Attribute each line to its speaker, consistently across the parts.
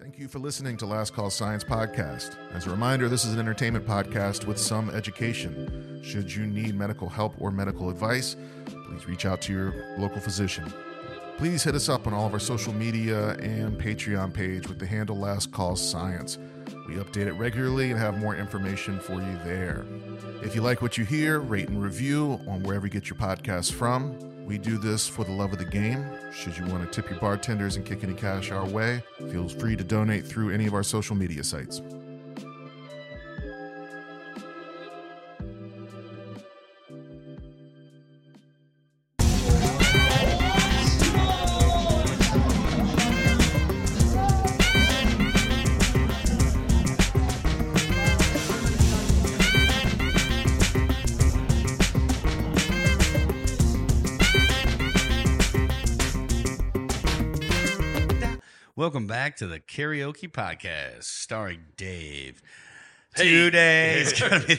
Speaker 1: Thank you for listening to Last Call Science Podcast. As a reminder, this is an entertainment podcast with some education. Should you need medical help or medical advice, please reach out to your local physician. Please hit us up on all of our social media and Patreon page with the handle Last Call Science. We update it regularly and have more information for you there. If you like what you hear, rate and review on wherever you get your podcasts from. We do this for the love of the game. Should you want to tip your bartenders and kick any cash our way, feel free to donate through any of our social media sites.
Speaker 2: Welcome back to the Karaoke Podcast, starring Dave.
Speaker 3: Hey.
Speaker 2: Today is gonna be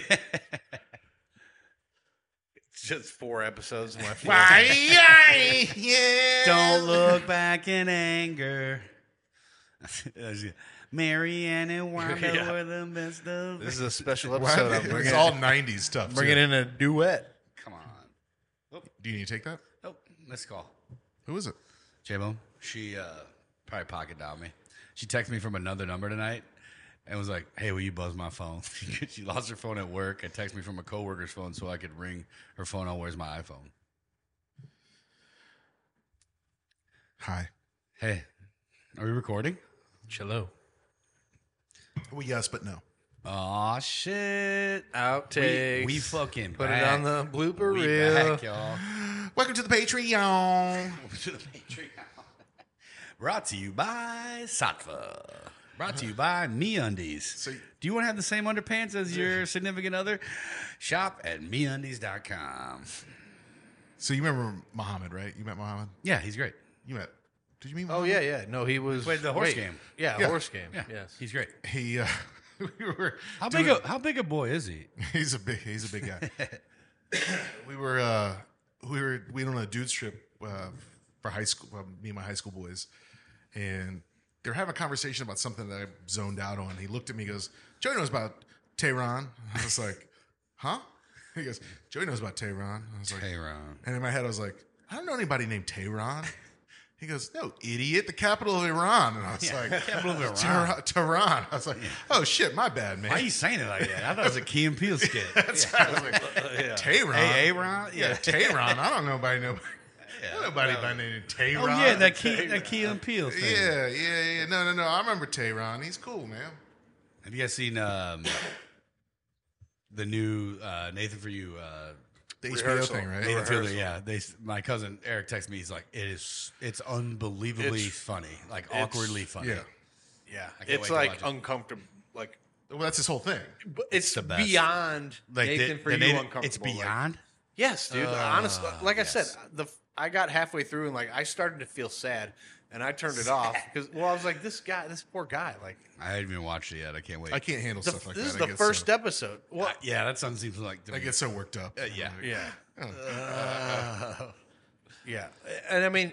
Speaker 3: It's just four episodes left.
Speaker 2: Don't look back in anger. Mary Ann and Wanda
Speaker 3: Yeah.
Speaker 2: were the best of.
Speaker 3: This is a special episode. I'm bringing,
Speaker 1: it's all 90s stuff.
Speaker 3: bringing
Speaker 1: too.
Speaker 3: in a duet.
Speaker 2: Come on.
Speaker 1: Do you need to take that?
Speaker 2: Oh, let's call.
Speaker 1: Who is it?
Speaker 2: J Bone, she uh, probably pocket dialed me. She texted me from another number tonight and was like, "Hey, will you buzz my phone?" she lost her phone at work and texted me from a coworker's phone so I could ring her phone on "Where's my iPhone?"
Speaker 1: Hi.
Speaker 2: Hey, are we recording?
Speaker 3: Chillo.
Speaker 1: Well, yes, but no.
Speaker 2: Aw, shit.
Speaker 3: Outtakes.
Speaker 2: We- we fucking
Speaker 3: put it
Speaker 2: back.
Speaker 3: on the blooper
Speaker 2: We
Speaker 3: reel.
Speaker 2: back, y'all.
Speaker 1: Welcome to the Patreon.
Speaker 2: to the Patreon. Brought to you by Satva. Brought to you by MeUndies.
Speaker 1: So-
Speaker 2: Do you want to have the same underpants as your significant other? Shop at MeUndies.com.
Speaker 1: So you remember Muhammad, right? You met Muhammad?
Speaker 2: Yeah, he's great.
Speaker 1: You met. Did you meet
Speaker 3: Oh
Speaker 1: Muhammad?
Speaker 3: yeah, yeah. No, he was
Speaker 2: Played the horse
Speaker 3: wait.
Speaker 2: game.
Speaker 3: Yeah,
Speaker 1: Yeah.
Speaker 3: horse game.
Speaker 2: Yeah,
Speaker 3: Yes.
Speaker 2: he's great.
Speaker 1: He, uh, we were.
Speaker 2: How
Speaker 1: doing-
Speaker 2: big a how big a boy is he?
Speaker 1: He's a big he's a big guy. we were uh we were we went on a dude's trip uh, for high school uh, me and my high school boys and they were having a conversation about something that I zoned out on. He looked at me, he goes, Joey knows about Tehran. I was like, Huh? He goes, Joey knows about Tehran. I was like
Speaker 2: Hey, Ron.
Speaker 1: and in my head I was like, I don't know anybody named Tehran. He goes, No, idiot, the capital of Iran. And I was like,
Speaker 2: capital of Iran.
Speaker 1: Tehran. Tehran. I was like, Oh shit, my bad, man.
Speaker 2: Why are you saying it like that? I thought it was a Key and Peele skit.
Speaker 1: That's why I was like, Tehran.
Speaker 2: Hey, hey, Ron.
Speaker 1: Yeah, Tehran. I don't know by nobody. I don't know nobody by name Tehran.
Speaker 2: Oh yeah, that Key that Key and Peele thing.
Speaker 1: Yeah, yeah, yeah. No, no, no. I remember Tehran. He's cool, man.
Speaker 2: Have you guys seen um, the new uh, Nathan for You? Uh,
Speaker 1: The
Speaker 3: Rehearsal.
Speaker 1: HBO thing, right?
Speaker 2: Nathan Fielder,
Speaker 3: rehearsal.
Speaker 2: yeah. They, my cousin Eric texted me. He's like, "It is, it's unbelievably
Speaker 3: It's-
Speaker 2: funny, like awkwardly funny."
Speaker 1: Yeah.
Speaker 3: Yeah.
Speaker 2: I can't wait
Speaker 3: It's
Speaker 2: to
Speaker 3: like
Speaker 2: watch
Speaker 3: uncomfortable. Like
Speaker 1: Well, that's his whole thing.
Speaker 3: but it's
Speaker 2: the best.
Speaker 3: beyond
Speaker 2: Like
Speaker 3: Nathan
Speaker 2: they-
Speaker 3: for
Speaker 2: they
Speaker 3: you
Speaker 2: made it-
Speaker 3: uncomfortable.
Speaker 2: It's
Speaker 3: like-
Speaker 2: beyond.
Speaker 3: Yes, dude. Honestly, like I
Speaker 2: yes.
Speaker 3: said, the I got halfway through and like I started to feel sad, and I turned it off because well, I was like, this guy, this poor guy, like
Speaker 2: I haven't even watched it yet. I can't wait.
Speaker 1: I can't handle
Speaker 3: the,
Speaker 1: stuff like
Speaker 3: this
Speaker 1: that.
Speaker 3: is
Speaker 1: I
Speaker 3: the
Speaker 1: get
Speaker 3: first
Speaker 1: so,
Speaker 3: episode. Well,
Speaker 2: yeah, that sound seems like. To
Speaker 1: I
Speaker 2: me.
Speaker 1: get so worked up.
Speaker 2: Uh, yeah.
Speaker 3: yeah, Uh,
Speaker 1: Oh,
Speaker 3: yeah, and I mean,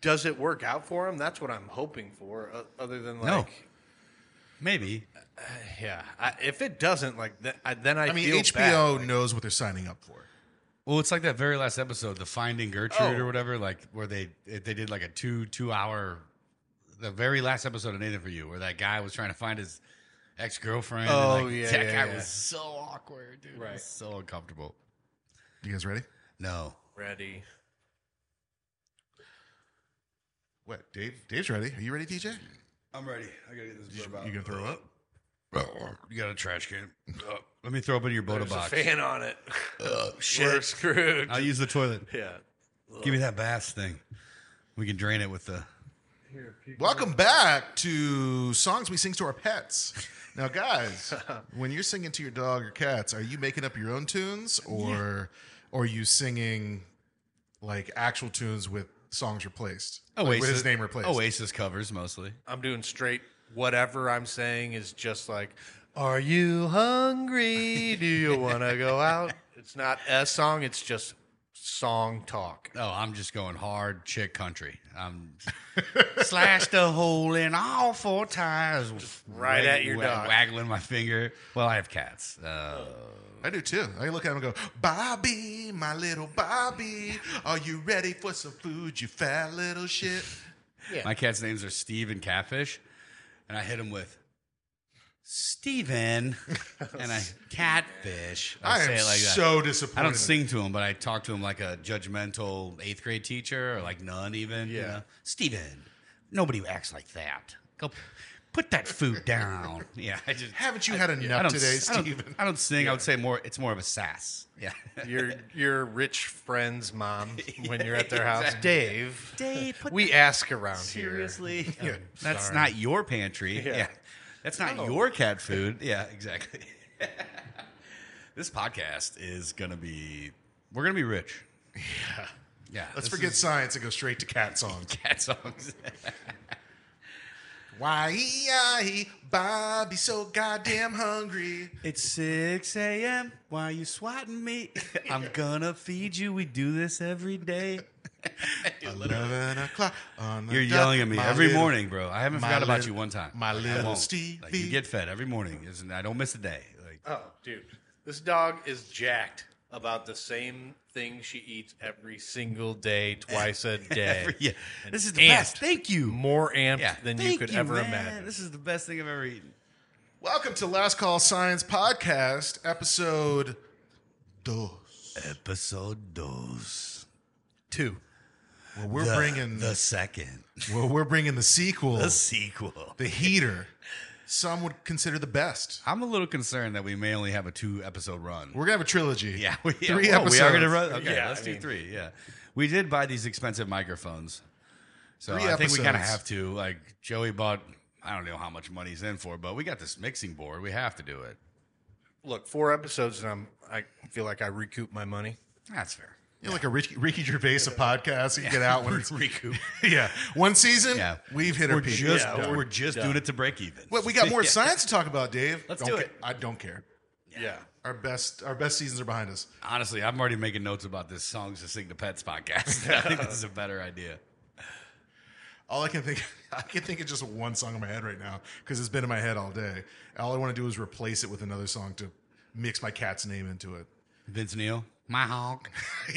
Speaker 3: does it work out for him? That's what I'm hoping for. Uh, other than like,
Speaker 2: No. maybe.
Speaker 3: yeah, I, if it doesn't, like, th- I, then I,
Speaker 1: I mean,
Speaker 3: feel bad.
Speaker 1: HBO knows what they're signing up for.
Speaker 2: Well, it's like that very last episode, the Finding Gertrude
Speaker 3: Oh.
Speaker 2: or whatever, like where they they did like a two two hour, the very last episode of Nathan for You, where that guy was trying to find his ex girlfriend.
Speaker 3: Oh,
Speaker 2: like,
Speaker 3: yeah,
Speaker 2: that
Speaker 3: yeah,
Speaker 2: guy
Speaker 3: yeah.
Speaker 2: was so awkward, dude. It was
Speaker 3: Right.
Speaker 2: so uncomfortable.
Speaker 1: You guys ready?
Speaker 2: No,
Speaker 3: Ready?
Speaker 1: What? Dave? Dave's ready. Are you ready, DJ?
Speaker 2: I'm ready. I gotta get this
Speaker 1: You gonna throw up?
Speaker 2: You got a trash can. Uh, let me throw up in your Boda
Speaker 3: There's a
Speaker 2: box.
Speaker 3: fan on it. We're
Speaker 2: Shit.
Speaker 3: screwed.
Speaker 2: I'll use the toilet.
Speaker 3: yeah.
Speaker 2: Give me that bass thing. We can drain it with the.
Speaker 1: Welcome back to Songs We Sing to Our Pets. Now, guys, when you're singing to your dog or cats, are you making up your own tunes or, or are you singing like actual tunes with songs replaced? Like, with his name replaced.
Speaker 2: Oasis covers mostly.
Speaker 3: I'm doing straight. Whatever I'm saying is just like, "Are you hungry? Do you want to go out?" It's not a song. It's just song talk.
Speaker 2: Oh, I'm just going hard chick country. I'm slashed a hole in all four tires.
Speaker 3: right at your dog.
Speaker 2: Waggling my finger. Well, I have cats. Uh,
Speaker 1: I do too. I look at him and go, Bobby, my little Bobby, are you ready for some food, you fat little shit?
Speaker 3: Yeah.
Speaker 2: My cat's names are Steve and Catfish. And I hit him with Steven and I catfish. I,
Speaker 1: I am
Speaker 2: say it like that.
Speaker 1: so disappointed.
Speaker 2: I don't sing to him, but I talk to him like a judgmental eighth grade teacher or like none even. Yeah. You know? Steven, nobody acts like that. Go put that food down. Yeah. I just
Speaker 1: Haven't you had
Speaker 2: I
Speaker 1: enough
Speaker 2: don't,
Speaker 1: today,
Speaker 2: I don't,
Speaker 1: Steven?
Speaker 2: I don't sing. I would say more it's more of a sass. Yeah.
Speaker 3: your your rich friend's mom when you're at their house.
Speaker 2: exactly.
Speaker 3: Dave,
Speaker 2: Dave, put
Speaker 3: we ask around
Speaker 2: seriously.
Speaker 1: Yeah.
Speaker 2: That's
Speaker 3: Sorry.
Speaker 2: not your pantry.
Speaker 3: Yeah.
Speaker 2: Yeah. That's not your cat food. Yeah, exactly. this podcast is gonna be we're gonna be rich. Yeah. Yeah.
Speaker 1: Let's
Speaker 2: this
Speaker 1: forget
Speaker 2: is
Speaker 1: science and go straight to cat songs.
Speaker 2: cat songs.
Speaker 1: Why, Bobby, so goddamn hungry.
Speaker 2: It's 6 a.m. Why are you swatting me? I'm gonna feed you. We do this every day.
Speaker 1: Eleven o'clock on the
Speaker 2: You're
Speaker 1: dot,
Speaker 2: yelling at me
Speaker 1: my
Speaker 2: every
Speaker 1: little-
Speaker 2: morning, bro. I haven't
Speaker 1: my
Speaker 2: forgot about
Speaker 1: little-
Speaker 2: you one time.
Speaker 1: my
Speaker 2: I
Speaker 1: little
Speaker 2: won't. Like,
Speaker 1: Stevie.
Speaker 2: you get fed every morning. Isn't I don't miss a day. Like
Speaker 3: here. Oh, dude, this dog is jacked about the same thing she eats every single day, twice a day.
Speaker 2: every, yeah, this is the
Speaker 3: amped.
Speaker 2: best. Thank you.
Speaker 3: More amped
Speaker 2: Yeah,
Speaker 3: than you
Speaker 2: thank
Speaker 3: could ever
Speaker 2: man.
Speaker 3: imagine.
Speaker 2: This is the best thing I've ever eaten.
Speaker 1: Welcome to Last Call Science Podcast, episode dos.
Speaker 2: Episode dos, two.
Speaker 1: Well, we're bringing
Speaker 2: the second,
Speaker 1: well, we're bringing the sequel,
Speaker 2: the sequel.
Speaker 1: the heater. Some would consider the best.
Speaker 2: I'm a little concerned that we may only have a two episode run.
Speaker 1: We're gonna have a trilogy.
Speaker 2: Yeah, we, yeah,
Speaker 1: three
Speaker 2: well,
Speaker 1: episodes.
Speaker 2: We are going to run. Okay,
Speaker 3: Yeah,
Speaker 2: let's
Speaker 3: I
Speaker 2: do
Speaker 3: mean-
Speaker 2: three. Yeah, we did buy these expensive microphones, so
Speaker 1: Three
Speaker 2: I think we kind of
Speaker 1: episodes.
Speaker 2: have to. Like Joey bought, I don't know how much money's in for, but we got this mixing board. We have to do it.
Speaker 3: Look, four episodes, and I'm I feel like I recoup my money.
Speaker 2: That's fair.
Speaker 1: You're like a Ricky, Ricky Gervais of podcasts. You get out when it's
Speaker 2: recoup.
Speaker 1: yeah, one season.
Speaker 2: Yeah,
Speaker 1: we've hit
Speaker 2: We're
Speaker 1: our peak.
Speaker 2: just
Speaker 3: Yeah,
Speaker 2: we're
Speaker 3: we're
Speaker 2: just
Speaker 3: done.
Speaker 2: doing it to break even.
Speaker 1: Well, we got more science to talk about, Dave.
Speaker 2: Let's
Speaker 1: Don't
Speaker 2: do
Speaker 1: ca-
Speaker 2: it.
Speaker 1: I don't care.
Speaker 3: Yeah.
Speaker 1: Our best, our best seasons are behind us.
Speaker 2: Honestly, I'm already making notes about this songs to sing to pets podcast. I think this is a better idea.
Speaker 1: All I can think, I can think of just one song in my head right now because it's been in my head all day. All I want to do is replace it with another song to mix my cat's name into it.
Speaker 2: Vince Neil, my hog,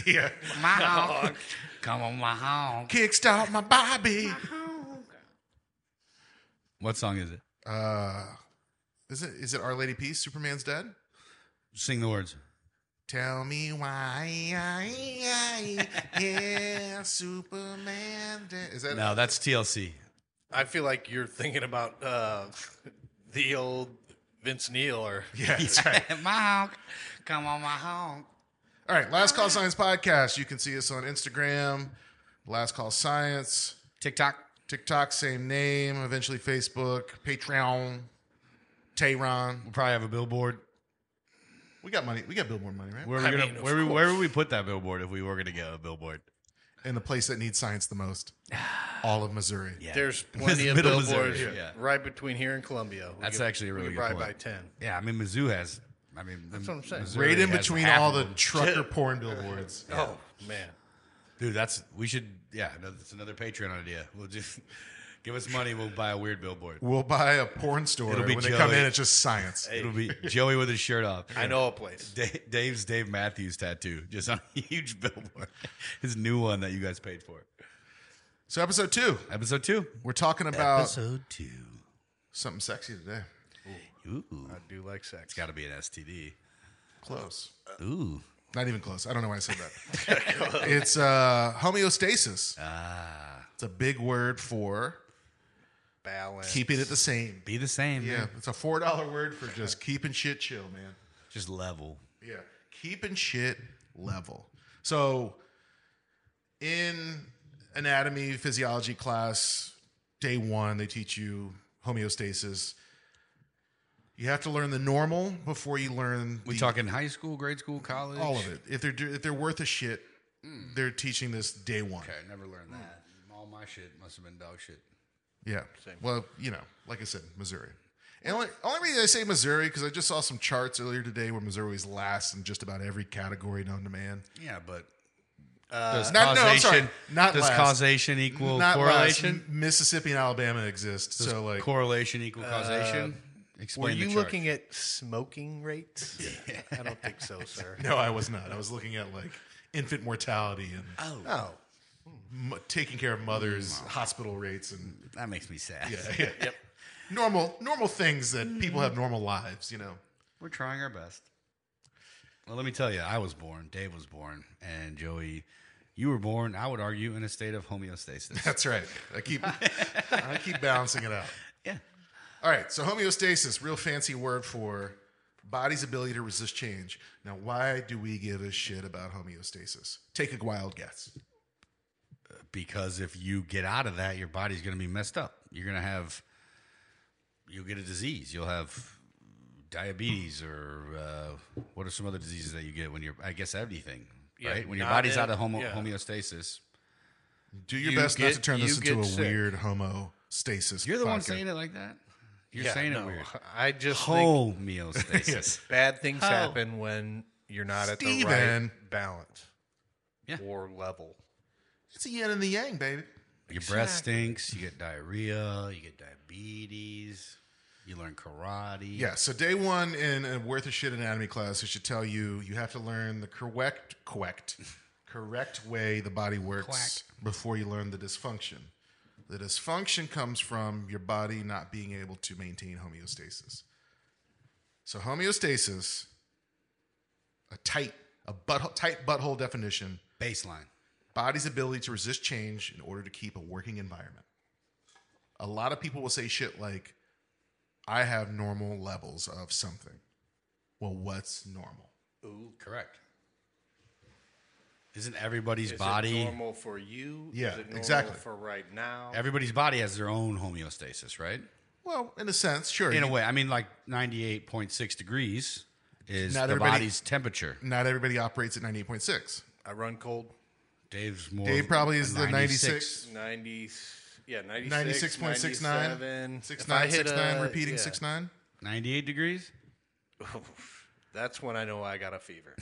Speaker 1: yeah,
Speaker 2: my hog, come on, my hog.
Speaker 1: kickstart my Bobby.
Speaker 2: What song is it?
Speaker 1: Uh, is it is it Our Lady Peace? Superman's dead.
Speaker 2: Sing the words.
Speaker 1: Tell me why, yeah, Superman. Dead. Is that
Speaker 2: No, that's TLC.
Speaker 3: I feel like you're thinking about uh, the old Vince Neil or
Speaker 1: Yeah, that's right.
Speaker 2: my honk. Come on, my honk.
Speaker 1: All right, Last Call Science podcast. You can see us on Instagram, Last Call Science,
Speaker 2: TikTok.
Speaker 1: TikTok, same name, eventually Facebook, Patreon, Tehran.
Speaker 2: We'll probably have a billboard.
Speaker 1: We got money. We got billboard money, right?
Speaker 2: Where are we
Speaker 3: I
Speaker 2: gonna,
Speaker 3: mean, of
Speaker 2: where, we, where would we put that billboard if we were gonna get a billboard?
Speaker 1: In the place that needs science the most, all of Missouri.
Speaker 2: Yeah.
Speaker 3: There's plenty of
Speaker 2: Middle
Speaker 3: billboards
Speaker 2: Missouri, yeah.
Speaker 3: right between here and Columbia. We
Speaker 2: That's actually a really
Speaker 3: we
Speaker 2: good
Speaker 3: could
Speaker 2: point.
Speaker 3: Probably buy ten.
Speaker 2: Yeah, I mean Mizzou has I mean
Speaker 3: That's what I'm saying.
Speaker 2: Missouri
Speaker 1: Right in
Speaker 2: has
Speaker 1: between
Speaker 2: half
Speaker 1: all
Speaker 2: of
Speaker 1: the
Speaker 2: them.
Speaker 1: trucker porn billboards.
Speaker 3: Oh man,
Speaker 2: Dude, that's we should yeah, no, that's another Patreon idea. We'll just give us money, we'll buy a weird billboard.
Speaker 1: We'll buy a porn store.
Speaker 2: It'll be
Speaker 1: when they come
Speaker 2: Joey.
Speaker 1: in, it's just science.
Speaker 2: It'll be Joey with his shirt off.
Speaker 3: I know a place.
Speaker 2: Da- Dave's Dave Matthews tattoo, just on a huge billboard. His new one that you guys paid for.
Speaker 1: So, episode two,
Speaker 2: Episode two.
Speaker 1: we're talking
Speaker 3: Uh,
Speaker 1: about
Speaker 2: two.
Speaker 1: something sexy today.
Speaker 2: Ooh.
Speaker 3: I do like sex.
Speaker 2: It's got to be an STD.
Speaker 1: Close.
Speaker 2: Ooh.
Speaker 1: Not even close. I don't know why I said that. it's uh, homeostasis. Ah. It's a big word for
Speaker 3: balance.
Speaker 1: keeping it the same.
Speaker 2: Be the same.
Speaker 1: Yeah,
Speaker 2: man.
Speaker 1: it's a four dollar word for just keeping shit chill, man.
Speaker 2: Just level.
Speaker 1: Yeah, keeping shit level. So, in anatomy physiology class, day one, they teach you homeostasis. You have to learn the normal before you learn
Speaker 2: We
Speaker 1: the
Speaker 2: talking high school, grade school, college?
Speaker 1: all of it. If they're if they're worth a shit, they're teaching this day one.
Speaker 2: Hmm. Okay, I never learned that. All my shit must have been dog shit.
Speaker 1: Yeah. Well, you know, like I said, Missouri. And only, only reason I say Missouri because I just saw some charts earlier today where Missouri was last in just about every category known to man.
Speaker 2: Yeah, but uh, Does
Speaker 1: not- no, I'm
Speaker 2: causation,
Speaker 1: sorry. Not
Speaker 2: does
Speaker 1: last.
Speaker 2: causation equal
Speaker 1: Not
Speaker 2: correlation?
Speaker 1: correlation. Mississippi and Alabama exist, so like
Speaker 2: correlation equal causation.
Speaker 3: Were
Speaker 2: Explain
Speaker 3: you
Speaker 2: the chart.
Speaker 3: looking at smoking rates? I don't think so, sir.
Speaker 1: no, I was not. I was looking at like infant mortality and
Speaker 2: Oh,
Speaker 3: No.
Speaker 1: m- taking care of mothers, hospital rates, and
Speaker 2: that makes me sad.
Speaker 1: yeah, yeah. normal normal things that people have normal lives. You know,
Speaker 2: We're trying our best. Well, let me tell you, I was born, Dave was born, and Joey, you were born, I would argue, in a state of homeostasis.
Speaker 1: that's right. I keep I keep balancing it out.
Speaker 2: yeah.
Speaker 1: All right, so homeostasis, real fancy word for body's ability to resist change. Now, why do we give a shit about homeostasis? Take a wild guess.
Speaker 2: Because if you get out of that, your body's going to be messed up. You're going to have, you'll get a disease. You'll have diabetes or uh, what are some other diseases that you get when you're, I guess, everything,
Speaker 3: Yeah,
Speaker 2: right? When your
Speaker 3: not
Speaker 2: body's
Speaker 3: in-
Speaker 2: out of homo-
Speaker 3: yeah.
Speaker 2: homeostasis.
Speaker 1: Do your
Speaker 2: You
Speaker 1: best not
Speaker 2: get-
Speaker 1: to turn this
Speaker 2: you get
Speaker 1: into a
Speaker 2: sick.
Speaker 1: weird homostasis.
Speaker 2: You're the one
Speaker 1: podcast.
Speaker 2: saying it like that. You're
Speaker 3: Yeah,
Speaker 2: saying
Speaker 3: no.
Speaker 2: it weird.
Speaker 3: I just think
Speaker 2: Homeostasis.
Speaker 3: bad things
Speaker 2: How?
Speaker 3: happen when you're not at the
Speaker 1: Steven.
Speaker 3: right balance
Speaker 2: Yeah.
Speaker 3: or level.
Speaker 1: It's a yin and the yang, baby.
Speaker 2: Your breath stinks. You get diarrhea. You get diabetes. You learn karate.
Speaker 1: Yeah, so day one in a worth of shit anatomy class, it should tell you you have to learn the correct, correct, correct way the body works before you learn the dysfunction. The dysfunction comes from your body not being able to maintain homeostasis. So homeostasis, a tight, a butthole, tight butthole definition,
Speaker 2: Baseline.
Speaker 1: body's ability to resist change in order to keep a working environment. A lot of people will say shit like, I have normal levels of something. Well, what's normal?
Speaker 2: Ooh, correct. Isn't everybody's
Speaker 3: Is it
Speaker 2: body?
Speaker 3: normal for you?
Speaker 1: Yeah,
Speaker 3: Is it normal
Speaker 1: exactly.
Speaker 3: For right now,
Speaker 2: Everybody's body has their own homeostasis, right?
Speaker 1: Well, in a sense, sure.
Speaker 2: In a
Speaker 1: You-
Speaker 2: way, I mean, like ninety-eight point six degrees is
Speaker 1: Not
Speaker 2: the
Speaker 1: everybody-
Speaker 2: body's temperature.
Speaker 1: not everybody operates at 98.6.
Speaker 3: I run cold.
Speaker 2: Dave's more.
Speaker 1: Dave probably is the 96.
Speaker 3: 90, yeah, 96, 96.69.
Speaker 1: 96.69. 69, 69, repeating 69.
Speaker 2: 98 degrees.
Speaker 3: That's when I know I got a fever.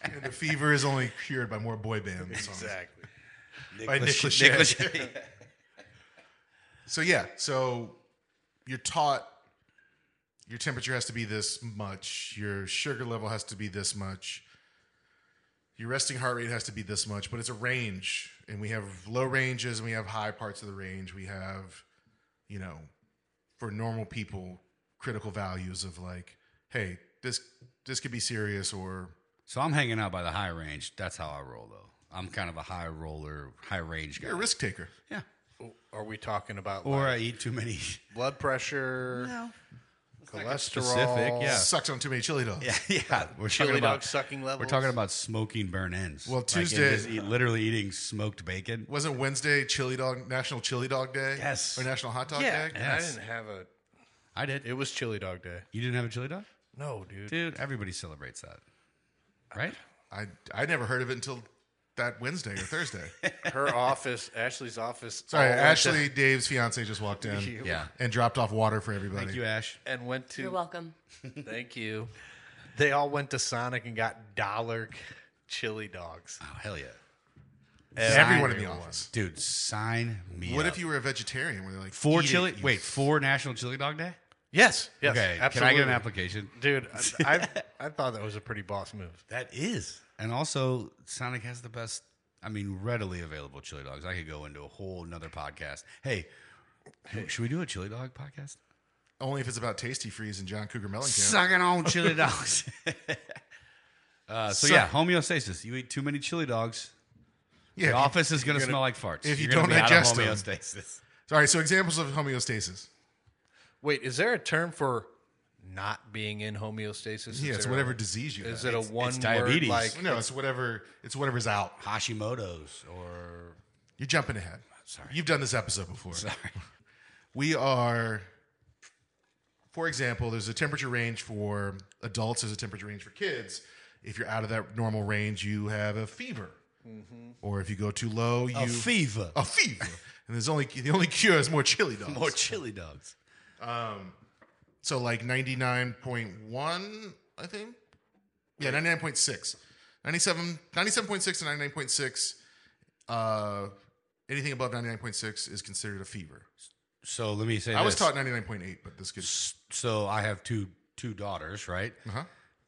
Speaker 1: And the fever is only cured by more boy band songs.
Speaker 3: exactly.
Speaker 1: By Nick Lachey. So yeah, so you're taught your temperature has to be this much, your sugar level has to be this much, your resting heart rate has to be this much, but it's a range, and we have low ranges and we have high parts of the range. We have, you know, for normal people, critical values of like, hey, this this could be serious, or
Speaker 2: so I'm hanging out by the high range. That's how I roll, though. I'm kind of a high roller, high range guy.
Speaker 1: you're a risk taker.
Speaker 2: Yeah.
Speaker 3: Are we talking about
Speaker 2: Or
Speaker 3: like
Speaker 2: I eat too many
Speaker 3: blood pressure, cholesterol?
Speaker 2: specific. Yeah.
Speaker 1: Sucked on too many chili dogs.
Speaker 2: Yeah, yeah. We're
Speaker 3: Chili
Speaker 2: talking
Speaker 3: dog
Speaker 2: about
Speaker 3: sucking levels.
Speaker 2: we're talking about smoking burn ends.
Speaker 1: Well,
Speaker 2: Like, and
Speaker 1: Tuesday-
Speaker 2: just eat- literally eating smoked bacon.
Speaker 1: Wasn't Wednesday chili dog National Chili Dog Day?
Speaker 2: Yes.
Speaker 1: Or National Hot Dog
Speaker 3: Yeah,
Speaker 1: Day?
Speaker 3: I
Speaker 2: Yes.
Speaker 3: didn't have a.
Speaker 2: I did.
Speaker 3: It was chili dog day.
Speaker 2: you didn't have a chili dog,
Speaker 3: No, dude.
Speaker 2: dude. Everybody celebrates that, right?
Speaker 1: I I never heard of it until that Wednesday or Thursday.
Speaker 3: Her office, Ashley's office.
Speaker 1: Sorry,
Speaker 3: all went
Speaker 1: Ashley, Dave's fiance just walked in
Speaker 2: Yeah.
Speaker 1: and dropped off water for everybody.
Speaker 2: Thank you, Ash.
Speaker 3: to, and went
Speaker 4: You're
Speaker 3: to.
Speaker 4: welcome.
Speaker 3: Thank you. They all went to Sonic and got dollar chili dogs.
Speaker 2: Oh hell yeah,
Speaker 1: Everyone in the office.
Speaker 2: dude. Sign me.
Speaker 1: What
Speaker 2: up.
Speaker 1: if you were a vegetarian? Were they like
Speaker 2: four
Speaker 1: "Eat it,
Speaker 2: chili?
Speaker 1: you
Speaker 2: wait, four National Chili Dog Day.
Speaker 3: Yes. Yes.
Speaker 2: okay,
Speaker 3: Absolutely.
Speaker 2: can I get an application?
Speaker 3: Dude, I, I, I thought that was a pretty boss move.
Speaker 2: That is, and also Sonic has the best. I mean, readily available chili dogs. I could go into a whole another podcast. Hey, should we do a chili dog podcast?
Speaker 1: Only if it's about Tasty Freeze and John Cougar Mellencamp.
Speaker 2: Sucking on chili dogs. uh, so,
Speaker 1: Suck-
Speaker 2: yeah, homeostasis. You eat too many chili dogs.
Speaker 1: yeah.
Speaker 2: The office is going to
Speaker 1: you're
Speaker 2: smell like farts.
Speaker 1: if you
Speaker 2: You're gonna
Speaker 1: don't
Speaker 2: be out
Speaker 1: digest
Speaker 2: of
Speaker 1: 'em.
Speaker 2: homeostasis.
Speaker 1: Sorry. So examples of homeostasis.
Speaker 3: Wait, is there a term for not being in homeostasis? Is
Speaker 1: Yeah, it's
Speaker 3: there
Speaker 1: whatever
Speaker 3: a-
Speaker 1: disease you
Speaker 3: Is
Speaker 1: have.
Speaker 3: it a one word
Speaker 2: diabetes.
Speaker 3: like
Speaker 1: no, it's whatever. It's whatever's out.
Speaker 2: Hashimoto's or
Speaker 1: You're jumping ahead. Sorry. You've done this episode before.
Speaker 2: sorry,
Speaker 1: we are for example there's a temperature range for adults there's a temperature range for kids if you're out of that normal range you have a fever or if you go too low you
Speaker 2: a fever
Speaker 1: a fever and there's only the only cure is more chili dogs
Speaker 2: or chili dogs.
Speaker 1: so like 99.1 i think yeah 99.6 97, 97.6 and 99.6. Uh, anything above 99.6 is considered a fever.
Speaker 2: So let me say
Speaker 1: I was
Speaker 2: this.
Speaker 1: taught 99.8, but this could.
Speaker 2: So I have two two daughters, right?
Speaker 1: Uh-huh.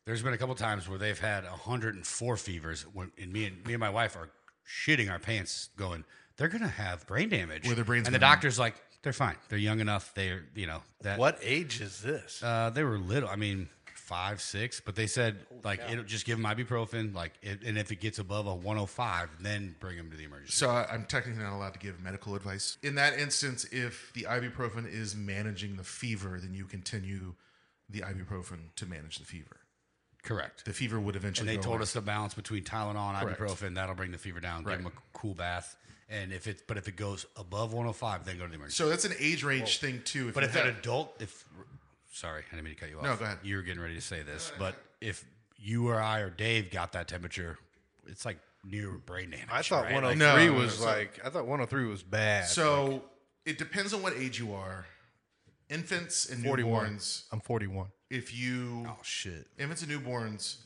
Speaker 2: There's been a couple times where they've had 104 fevers, when, and me and me and my wife are shitting our pants, going, "They're gonna have brain damage."
Speaker 1: Where their brains
Speaker 2: and the
Speaker 1: gonna-
Speaker 2: doctor's like, "They're fine. They're young enough. They're you know that."
Speaker 3: What age is this?
Speaker 2: Uh, they were little. I mean, five, six. But they said like it'll just give them ibuprofen, like, it, and if it gets above a 105, then bring them to the emergency.
Speaker 1: So I- I'm technically not allowed to give medical advice. In that instance, if the ibuprofen is managing the fever, then you continue the ibuprofen to manage the fever.
Speaker 2: Correct.
Speaker 1: The fever would eventually.
Speaker 2: And they
Speaker 1: go
Speaker 2: told
Speaker 1: away.
Speaker 2: us the balance between Tylenol and
Speaker 1: Correct.
Speaker 2: ibuprofen. That'll bring the fever down. Give them a cool bath. And if it, but if it goes above 105, then go to the emergency.
Speaker 1: So that's an age range thing too. If
Speaker 2: but
Speaker 1: you
Speaker 2: if an
Speaker 1: have-
Speaker 2: adult, if sorry, I didn't mean to cut you off.
Speaker 1: No, go ahead.
Speaker 2: You were getting ready to say this, but if you or I or Dave got that temperature, it's like near brain damage.
Speaker 3: I thought
Speaker 2: right? Like,
Speaker 3: 103
Speaker 1: No, no,
Speaker 3: was
Speaker 1: no.
Speaker 3: like I thought 103 was bad.
Speaker 1: so it depends on what age you are. Infants and
Speaker 3: 41.
Speaker 1: newborns.
Speaker 3: I'm 41.
Speaker 1: If you
Speaker 2: oh shit.
Speaker 1: infants and newborns,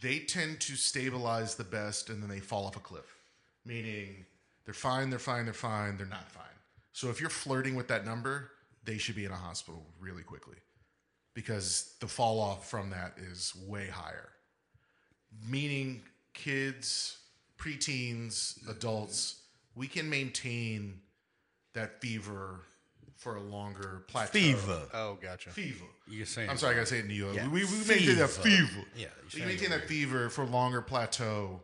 Speaker 1: they tend to stabilize the best and then they fall off a cliff. Meaning they're fine, they're fine, they're fine, they're not fine. So if you're flirting with that number, they should be in a hospital really quickly because the fall off from that is way higher. Meaning kids, preteens, adults, we can maintain that fever for a longer plateau.
Speaker 2: Fever.
Speaker 1: Uh,
Speaker 3: Oh, gotcha.
Speaker 1: Fever.
Speaker 2: You're saying
Speaker 1: I'm sorry, I gotta say it in New York. We, we
Speaker 2: Fever.
Speaker 1: maintain that fever.
Speaker 2: Yeah,
Speaker 1: we
Speaker 2: you're
Speaker 1: maintain
Speaker 2: saying
Speaker 1: that fever for longer plateau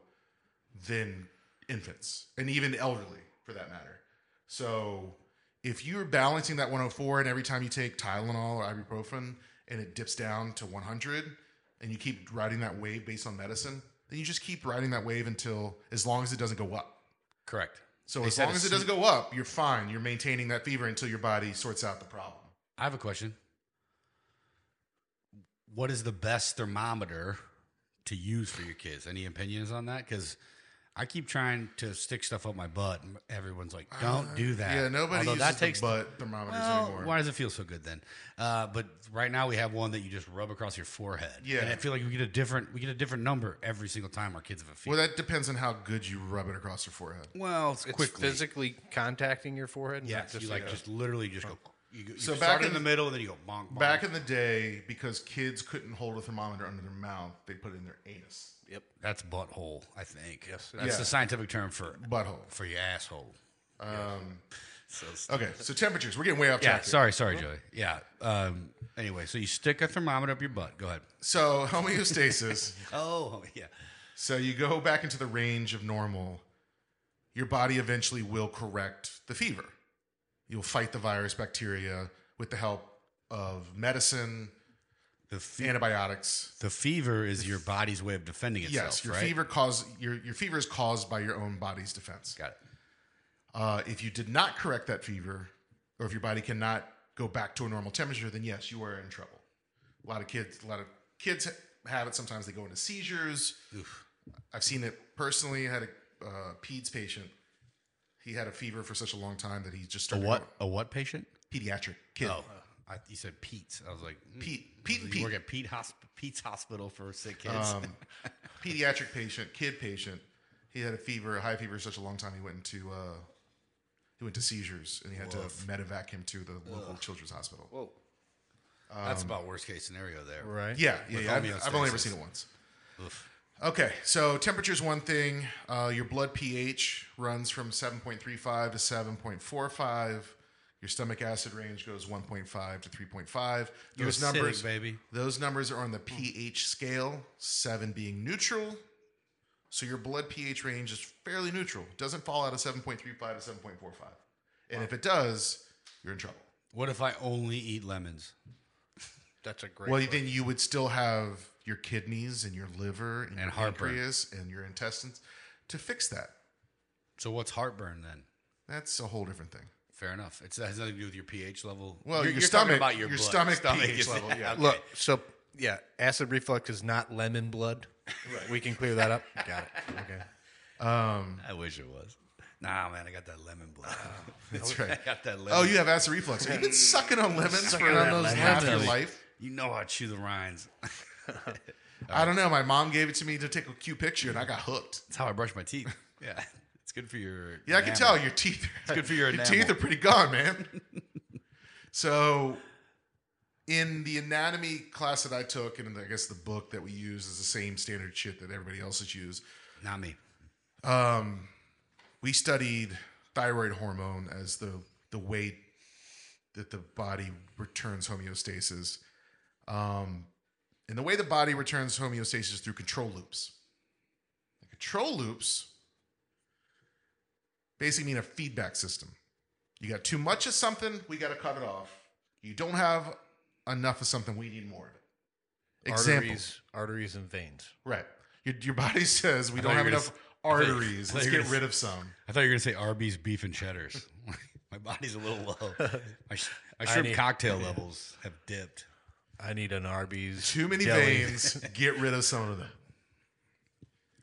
Speaker 1: than infants and even elderly, for that matter. So if you're balancing that 104, and every time you take Tylenol or ibuprofen, and it dips down to 100, and you keep riding that wave based on medicine, then you just keep riding that wave until as long as it doesn't go up.
Speaker 2: correct.
Speaker 1: So
Speaker 2: They
Speaker 1: as
Speaker 2: said
Speaker 1: long as it
Speaker 2: soon-
Speaker 1: doesn't go up, you're fine. You're maintaining that fever until your body sorts out the problem.
Speaker 2: I have a question. What is the best thermometer to use for your kids? Any opinions on that? Because I keep trying to stick stuff up my butt, and everyone's like, "Don't do that."
Speaker 1: Uh, Yeah, nobody
Speaker 2: Although
Speaker 1: uses
Speaker 2: that takes
Speaker 1: the butt thermometers
Speaker 2: Well,
Speaker 1: anymore.
Speaker 2: why does it feel so good then? Uh, but right now we have one that you just rub across your forehead.
Speaker 1: Yeah.
Speaker 2: and I feel like we get a different we get a different number every single time our kids have a
Speaker 1: Well,
Speaker 2: fever.
Speaker 1: that depends on how good you rub it across your forehead.
Speaker 2: Well, it's,
Speaker 3: It's
Speaker 2: quickly.
Speaker 3: physically contacting your forehead.
Speaker 2: yeah,
Speaker 3: not just
Speaker 2: you like just literally just go. You, go- you
Speaker 1: So
Speaker 2: so
Speaker 1: back
Speaker 2: start
Speaker 1: in
Speaker 2: in, the
Speaker 1: the-
Speaker 2: middle and then you go bonk bonk.
Speaker 1: Back in the day, because kids couldn't hold a thermometer under their mouth, they put it in their anus,
Speaker 2: That's butthole, I think. Yes, that's
Speaker 1: is.
Speaker 2: the scientific term for
Speaker 1: butthole. Um,
Speaker 2: for your asshole.
Speaker 1: Okay, so temperatures. We're getting way off
Speaker 2: Yeah,
Speaker 1: track. here.
Speaker 2: sorry, sorry, Joey. Yeah. Um, anyway, so you stick a thermometer up your butt. Go ahead.
Speaker 1: So homeostasis.
Speaker 2: Oh, yeah.
Speaker 1: so you go back into the range of normal. Your body eventually will correct the fever. You'll fight the virus, bacteria, with the help of medicine,
Speaker 2: The fe-
Speaker 1: antibiotics.
Speaker 2: the fever is your body's way of defending itself.
Speaker 1: yes, your
Speaker 2: right?
Speaker 1: fever cause your your fever is caused by your own body's defense.
Speaker 2: Got it.
Speaker 1: Uh, if you did not correct that fever, or if your body cannot go back to a normal temperature, then yes, you are in trouble. A lot of kids, a lot of kids ha- have it. Sometimes they go into seizures. I've seen it personally. I had a uh, peds patient. He had a fever for such a long time that he just
Speaker 2: A
Speaker 1: started
Speaker 2: what? A what patient?
Speaker 1: going- pediatric kid.
Speaker 2: Oh, I, you said Pete's. I was like mm.
Speaker 1: Pete, Pete,
Speaker 2: You
Speaker 1: and Pete,
Speaker 2: work at Pete Hosp- Pete's Hospital for sick kids.
Speaker 1: um, pediatric patient, kid patient. He had a fever, a high fever, for such a long time. He went into uh, he went to seizures, and he had to medevac him to the local children's hospital.
Speaker 2: That's
Speaker 1: um,
Speaker 2: about worst case scenario there.
Speaker 3: right.
Speaker 1: Yeah, yeah,
Speaker 2: With
Speaker 1: yeah. I've, I've only ever
Speaker 2: homeostasis.
Speaker 1: seen it once.
Speaker 2: Oof.
Speaker 1: Okay, so temperature's one thing. Uh, your blood pH runs from 7.35 to 7.45. Your stomach acid range goes 1.5 to 3.5.
Speaker 2: You're
Speaker 1: Those
Speaker 2: acidic,
Speaker 1: numbers,
Speaker 2: baby.
Speaker 1: Those numbers are on the
Speaker 2: Hmm.
Speaker 1: pH scale, seven being neutral. So your blood pH range is fairly neutral. Doesn't fall out of 7.35 to 7.45. And if it does, you're in trouble.
Speaker 2: What if I only eat lemons?
Speaker 3: That's a great.
Speaker 1: Well, then you would still have your kidneys and your liver and, your
Speaker 2: heartburn.
Speaker 1: pancreas and your intestines to fix that.
Speaker 2: So what's heartburn then?
Speaker 1: That's a whole different thing.
Speaker 2: Fair enough. It's, it has nothing to do with your pH level.
Speaker 1: Well,
Speaker 2: You're-
Speaker 1: your
Speaker 2: you're
Speaker 1: stomach-
Speaker 2: talking about your,
Speaker 1: your
Speaker 2: blood.
Speaker 1: stomach pH
Speaker 2: is-
Speaker 1: level, yeah.
Speaker 2: okay.
Speaker 3: Look, so yeah, acid reflux is not lemon blood. We can clear that up. Got it. Okay.
Speaker 2: I wish it was. Nah, man, I got that lemon blood.
Speaker 1: That's
Speaker 2: I
Speaker 1: right.
Speaker 2: got that lemon.
Speaker 1: Oh, you have acid reflux. You've been sucking on lemons for
Speaker 2: on
Speaker 1: those
Speaker 2: lemons.
Speaker 1: half
Speaker 2: Tell
Speaker 1: your
Speaker 2: me.
Speaker 1: life.
Speaker 2: You know I chew the rinds.
Speaker 1: I don't know. My mom gave it to me to take a cute picture, and I got hooked.
Speaker 2: That's how I brush my teeth. Yeah, it's good for your.
Speaker 1: Yeah, I can
Speaker 2: enamel.
Speaker 1: tell your teeth. It's
Speaker 2: good for your
Speaker 1: your
Speaker 2: enamel.
Speaker 1: teeth are pretty gone, man. so, in the anatomy class that I took, and I guess the book that we use is the same standard shit that everybody else has used.
Speaker 2: Not me.
Speaker 1: Um, we studied thyroid hormone as the the way that the body returns homeostasis um and the way the body returns homeostasis is through control loops the control loops basically mean a feedback system you got too much of something we got to cut it off you don't have enough of something we need more of it example
Speaker 3: Arteries, arteries and veins.
Speaker 1: right your, your body says we
Speaker 2: I
Speaker 1: don't
Speaker 2: thought
Speaker 1: have
Speaker 2: you were
Speaker 1: enough
Speaker 2: gonna s- I thought- I
Speaker 1: arteries
Speaker 2: thought
Speaker 1: let's
Speaker 2: you were
Speaker 1: get
Speaker 2: gonna
Speaker 1: rid
Speaker 2: s-
Speaker 1: of some
Speaker 2: I thought you were gonna say Arby's beef and cheddars. my body's a little low. My, sh- my shrimp
Speaker 3: need-
Speaker 2: cocktail levels have dipped.
Speaker 3: I need an Arby's.
Speaker 1: Too many
Speaker 3: deli.
Speaker 1: veins. Get rid of some of them.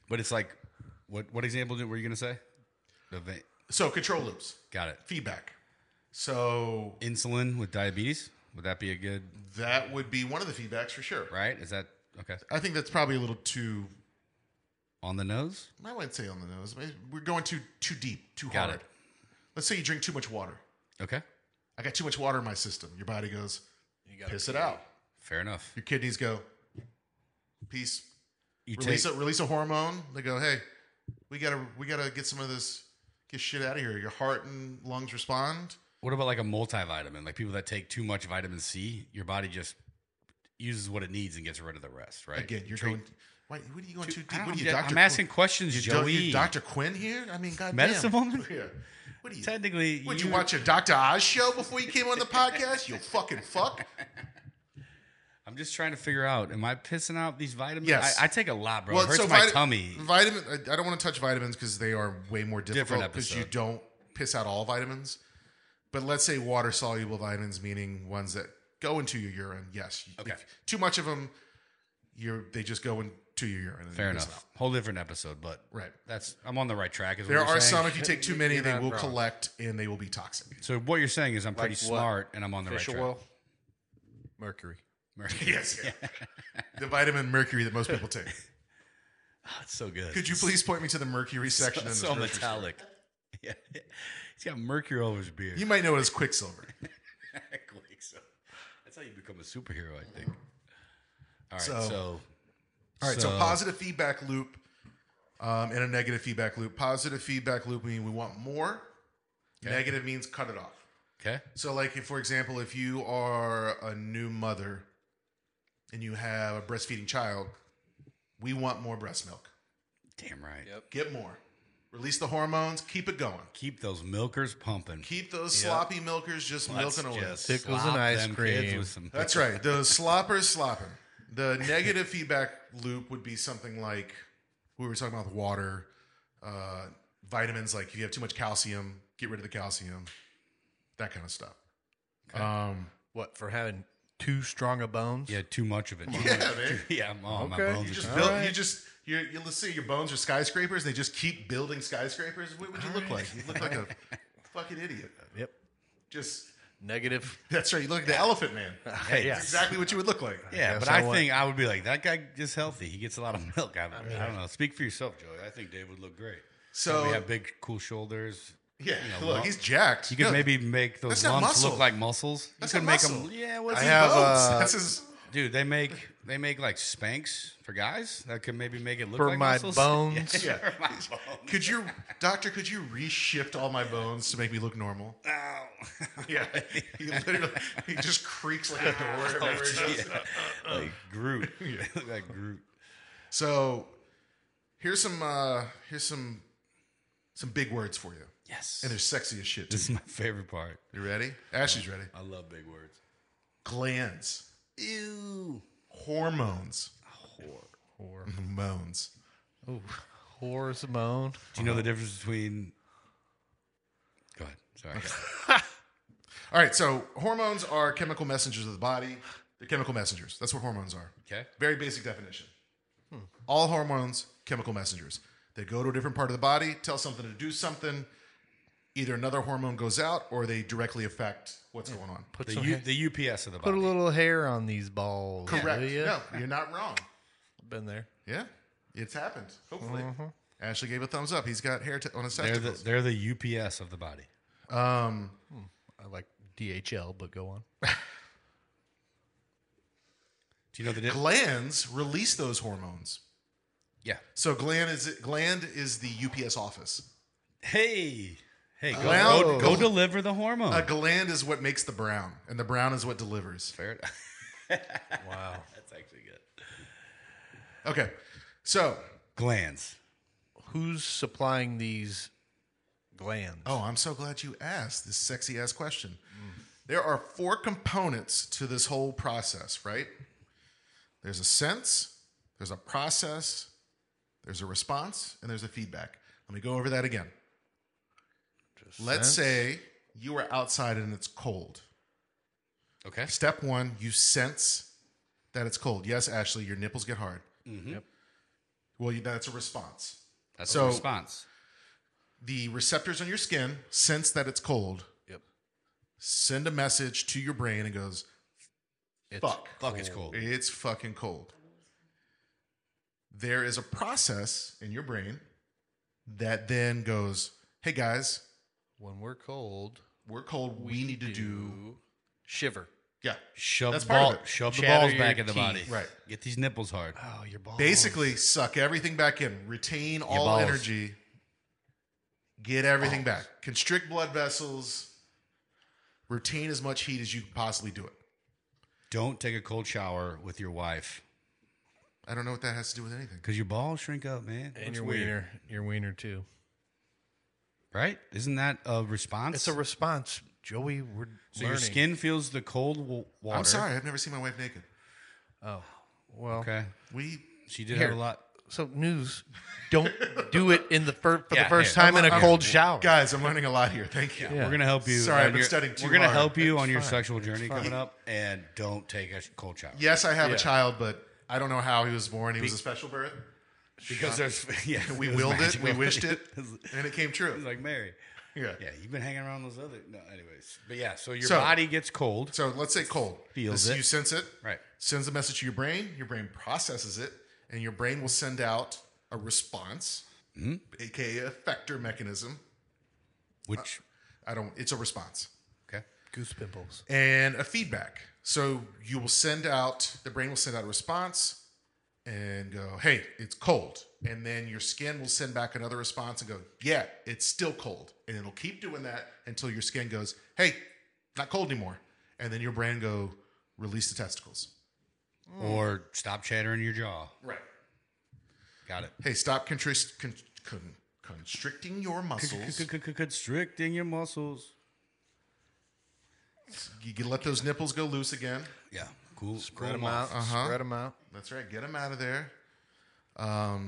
Speaker 2: But it's like, what what example did- were you gonna say? The vein.
Speaker 1: So control loops,
Speaker 2: Got it.
Speaker 1: feedback. So
Speaker 2: Insulin with diabetes. Would that be a good
Speaker 1: that would be one of the feedbacks for sure.
Speaker 2: right? Is that okay?
Speaker 1: I think that's probably a little too.
Speaker 2: On the nose.
Speaker 1: I wouldn't say on the nose. Maybe We're going too too deep, too
Speaker 2: Got
Speaker 1: hard.
Speaker 2: it.
Speaker 1: Let's say you drink too much water.
Speaker 2: Okay.
Speaker 1: I got too much water in my system. Your body goes
Speaker 3: You gotta
Speaker 1: piss it out.
Speaker 2: Fair enough.
Speaker 1: Your kidneys go peace.
Speaker 2: You
Speaker 1: Release
Speaker 2: take
Speaker 1: a release a hormone. They go hey, we gotta we gotta get some of this get shit out of here. Your heart and lungs respond.
Speaker 2: what about like a multivitamin? Like people that take too much vitamin C, your body just uses what it needs and gets rid of the rest, right?
Speaker 1: Again, you're
Speaker 2: Treat-
Speaker 1: going. Why, what are you going too
Speaker 2: I
Speaker 1: deep? What
Speaker 2: don't
Speaker 1: are you,
Speaker 2: get-
Speaker 1: Dr.
Speaker 2: I'm asking questions,
Speaker 1: You
Speaker 2: Joey.
Speaker 1: you Dr. Quinn here? I mean, goddamn.
Speaker 2: Medicine woman?
Speaker 1: Yeah. What do you?
Speaker 2: Technically,
Speaker 1: Would you watch a Dr. Oz show before you came on the podcast? You fucking fuck.
Speaker 2: I'm just trying to figure out: Am I pissing out these vitamins?
Speaker 1: Yes.
Speaker 2: I, I take a lot, bro. it hurts my
Speaker 1: vit-
Speaker 2: tummy.
Speaker 1: Vitamin. I, I don't want to touch vitamins because they are way more difficult
Speaker 2: Different
Speaker 1: because you
Speaker 2: episode.
Speaker 1: don't piss out all vitamins. But let's say water soluble vitamins, meaning ones that go into your urine. Yes. you-
Speaker 2: Okay.
Speaker 1: if too much of them, you're they just go into your urine. And
Speaker 2: Fair
Speaker 1: you piss
Speaker 2: enough. Whole different episode, but
Speaker 1: it out. Right.
Speaker 2: that's I'm on the right track. Is what
Speaker 1: There
Speaker 2: you're
Speaker 1: are
Speaker 2: saying.
Speaker 1: some. If you take too many,
Speaker 3: You're
Speaker 1: they
Speaker 3: not
Speaker 1: will
Speaker 3: wrong.
Speaker 1: collect and they will be toxic.
Speaker 2: So what you're saying is I'm pretty
Speaker 3: what?
Speaker 2: smart and I'm on the
Speaker 3: Fish
Speaker 2: right track.
Speaker 3: oil. Mercury.
Speaker 2: Mercury.
Speaker 1: Yes. Yeah. the vitamin mercury that most people take.
Speaker 2: That's so good.
Speaker 1: Could you please point me to the mercury section in
Speaker 2: That's
Speaker 1: this
Speaker 2: so
Speaker 1: grocery store?
Speaker 2: metallic. Yeah, he's got mercury over his beard.
Speaker 1: You might know it as Quicksilver.
Speaker 2: Quicksilver. That's how you become a superhero, I think. All right,
Speaker 1: So-
Speaker 2: so,
Speaker 1: All right, so, positive feedback loop um, and a negative feedback loop. Positive feedback loop meaning we want more. Negative means cut it off.
Speaker 2: okay,
Speaker 1: So, like, if, for example, if you are a new mother and you have a breastfeeding child, we want more breast milk.
Speaker 2: damn right.
Speaker 3: Yep.
Speaker 1: Get more. Release the hormones. Keep it going.
Speaker 2: Keep those milkers pumping.
Speaker 1: Keep those sloppy milkers just
Speaker 2: Let's
Speaker 1: milking away.
Speaker 2: just
Speaker 3: Pickles
Speaker 2: slop
Speaker 3: and ice
Speaker 2: them kids
Speaker 3: cream.
Speaker 2: with some
Speaker 1: That's right. The slopper's slopping. The negative feedback loop would be something like we were talking about with water, uh, vitamins, like if you have too much calcium, get rid of the calcium, that kind of stuff. Um,
Speaker 3: What for having too strong of bones?
Speaker 2: Yeah, too much of it.
Speaker 1: yeah, man.
Speaker 2: yeah, I'm oh, my
Speaker 3: Okay.
Speaker 2: bones
Speaker 1: You
Speaker 2: are
Speaker 1: just
Speaker 2: just-
Speaker 1: build,
Speaker 3: right.
Speaker 1: you just, you're, you, let's say your bones are skyscrapers, they just keep building skyscrapers. What would you look like? You look like a fucking idiot.
Speaker 3: Yep.
Speaker 1: Just,
Speaker 3: Negative.
Speaker 1: that's right. You look like the elephant man.
Speaker 2: Hey,
Speaker 3: yeah.
Speaker 1: That's exactly what you would look like.
Speaker 2: Yeah,
Speaker 3: guess
Speaker 2: but
Speaker 3: I
Speaker 2: I,
Speaker 3: want-
Speaker 2: think I would be like that guy is healthy. He gets a lot of milk. I, I, don't know. Speak for yourself, Joey. I think Dave would look great.
Speaker 1: So,
Speaker 2: we have big, cool shoulders.
Speaker 1: yeah,
Speaker 2: you know,
Speaker 1: look,
Speaker 2: lump-
Speaker 1: he's jacked.
Speaker 2: You could
Speaker 1: No,
Speaker 2: maybe make those
Speaker 1: that's not
Speaker 2: lumps
Speaker 1: muscle.
Speaker 2: look like muscles.
Speaker 1: That's not
Speaker 2: you could make
Speaker 1: muscle.
Speaker 2: them. Yeah, what's
Speaker 1: I
Speaker 2: he
Speaker 1: have.
Speaker 2: bones?
Speaker 1: Uh, That's his.
Speaker 2: Dude, they make they make like Spanx for guys that could maybe make it look
Speaker 3: For
Speaker 2: like
Speaker 3: my
Speaker 2: muscles.
Speaker 3: bones.
Speaker 2: Yeah,
Speaker 1: Yeah.
Speaker 2: for my bones.
Speaker 1: Could you, doctor? Could you reshift all my bones to make me look normal?
Speaker 2: Ow.
Speaker 1: Yeah. He literally, he just creaks like a door. everywhere he goes.
Speaker 2: like Groot. They look like Groot.
Speaker 1: So, here's some uh here's some some big words for you,
Speaker 2: Yes.
Speaker 1: and they're sexy as shit. Too.
Speaker 2: this is my favorite part.
Speaker 1: You ready? Ashley's ready.
Speaker 2: I love big words.
Speaker 1: Glands,
Speaker 2: Ew.
Speaker 1: hormones, hormones.
Speaker 3: Ooh, hormone.
Speaker 2: Do you know the difference between? Go ahead. Sorry.
Speaker 1: All right. So hormones are chemical messengers of the body. They're chemical messengers. That's what hormones are.
Speaker 2: okay.
Speaker 1: Very basic definition.
Speaker 2: Hmm.
Speaker 1: All hormones, chemical messengers. They go to a different part of the body, tell something to do something. Either another hormone goes out or they directly affect what's going on.
Speaker 3: Put
Speaker 2: The,
Speaker 3: some.
Speaker 2: U,
Speaker 3: ha-
Speaker 2: the UPS of the
Speaker 3: put
Speaker 2: body.
Speaker 3: a little hair on these balls.
Speaker 1: Correct.
Speaker 3: will ya?
Speaker 1: No, you're not wrong.
Speaker 3: Been there.
Speaker 1: Yeah, it's happened. Hopefully, Ashley gave a thumbs up. He's got hair t- on his
Speaker 2: Mm-hmm. They're the
Speaker 1: testicles.
Speaker 2: they're the UPS of the body.
Speaker 1: um,
Speaker 4: I like DHL, but go on.
Speaker 2: Do you know the difference?
Speaker 1: glands release those hormones.
Speaker 2: Yeah.
Speaker 1: So gland is gland is the UPS office.
Speaker 2: Hey, hey, go,
Speaker 1: Well-
Speaker 2: go, go deliver the hormone.
Speaker 1: A gland is what makes the brown, and the brown is what delivers.
Speaker 2: Fair.
Speaker 4: Wow.
Speaker 2: That's actually good.
Speaker 1: Okay, so
Speaker 2: Glands.
Speaker 3: Who's supplying these glands?
Speaker 1: oh, I'm so glad you asked this sexy ass question. There are four components to this whole process, right? There's a sense, there's a process, there's a response, and there's a feedback. Let me go over that again. Let's say you are outside and it's cold.
Speaker 2: Okay.
Speaker 1: Step one, you sense that it's cold. Yes, Ashley, your nipples get hard.
Speaker 3: Yep.
Speaker 1: Well, you, that's a response.
Speaker 2: That's
Speaker 1: So-
Speaker 2: a response.
Speaker 1: The receptors on your skin sense that it's cold,
Speaker 3: Yep.
Speaker 1: send a message to your brain and goes,
Speaker 4: It's
Speaker 1: fuck,
Speaker 2: Fuck, it's cold.
Speaker 1: it's fucking cold. There is a process in your brain that then goes, hey guys,
Speaker 4: When we're cold,
Speaker 1: we're cold. We, need to do.
Speaker 3: Shiver.
Speaker 1: Yeah.
Speaker 2: Shove
Speaker 1: That's
Speaker 2: the
Speaker 1: part
Speaker 2: ball,
Speaker 1: of it.
Speaker 2: shove the
Speaker 3: Shatter
Speaker 2: balls
Speaker 3: your
Speaker 2: back in the
Speaker 3: teeth.
Speaker 2: body.
Speaker 1: Right.
Speaker 2: Get these nipples hard.
Speaker 4: oh, your balls.
Speaker 1: Basically, suck everything back in, retain all
Speaker 2: balls.
Speaker 1: energy, get everything back, constrict blood vessels, retain as much heat as you can possibly do it.
Speaker 2: Don't take a cold shower with your wife
Speaker 1: I don't know what that has to do with anything.
Speaker 2: because your balls shrink up, man.
Speaker 3: And
Speaker 2: Looks
Speaker 3: your
Speaker 2: weird.
Speaker 3: wiener. Your wiener too.
Speaker 2: right? Isn't that a response?
Speaker 4: it's a response. Joey, we're
Speaker 2: so your skin feels the cold w- water.
Speaker 1: I'm sorry, I've never seen my wife naked.
Speaker 4: Well,
Speaker 2: Okay.
Speaker 1: We
Speaker 2: She did
Speaker 4: Here.
Speaker 2: have a lot.
Speaker 4: so news. Don't do it in the fir- for
Speaker 2: Yeah,
Speaker 4: the first
Speaker 2: yeah.
Speaker 4: time in a
Speaker 1: I'm-
Speaker 4: cold shower.
Speaker 1: guys, I'm learning a lot here. Thank you.
Speaker 2: We're gonna help you.
Speaker 1: Sorry,
Speaker 2: on
Speaker 1: I've been
Speaker 2: your-
Speaker 1: studying too
Speaker 2: We're gonna
Speaker 1: hard.
Speaker 2: help you on your sexual journey coming up, and don't take a cold shower
Speaker 1: Yes, I have
Speaker 3: Yeah.
Speaker 1: a child, but I don't know how he was born. He was a special birth.
Speaker 2: because there's yeah
Speaker 1: We
Speaker 2: it was
Speaker 1: willed it,
Speaker 2: magical.
Speaker 1: we wished it,
Speaker 2: it's
Speaker 1: and it came true.
Speaker 2: like Mary.
Speaker 1: Yeah.
Speaker 2: Yeah, you've been hanging around those other. No, anyways, but yeah, so your
Speaker 1: So-
Speaker 2: body gets cold.
Speaker 1: So let's say cold.
Speaker 2: Feels
Speaker 1: This-
Speaker 2: it.
Speaker 1: You sense it.
Speaker 2: Right.
Speaker 1: Sends a message to your brain. Your brain processes it, and your brain will send out a response,
Speaker 2: Hmm?
Speaker 1: aka effector mechanism.
Speaker 2: Which
Speaker 1: I don't. It's a response.
Speaker 2: okay,
Speaker 4: Goose pimples.
Speaker 1: and a feedback. So you will send out, the brain will send out a response and go, hey, it's cold. And then your skin will send back another response and go, yeah, it's still cold. And it'll keep doing that until your skin goes, hey, not cold anymore. And then your brain go, release the testicles.
Speaker 2: or stop chattering your jaw.
Speaker 1: Right.
Speaker 2: Got it.
Speaker 1: Hey, stop contrist- con- con- constricting your muscles.
Speaker 2: Constricting your muscles.
Speaker 1: You can let those nipples go loose again.
Speaker 2: Yeah, cool.
Speaker 4: Spread them
Speaker 2: off.
Speaker 4: out. Spread them out.
Speaker 1: That's right. Get them out of there.
Speaker 2: and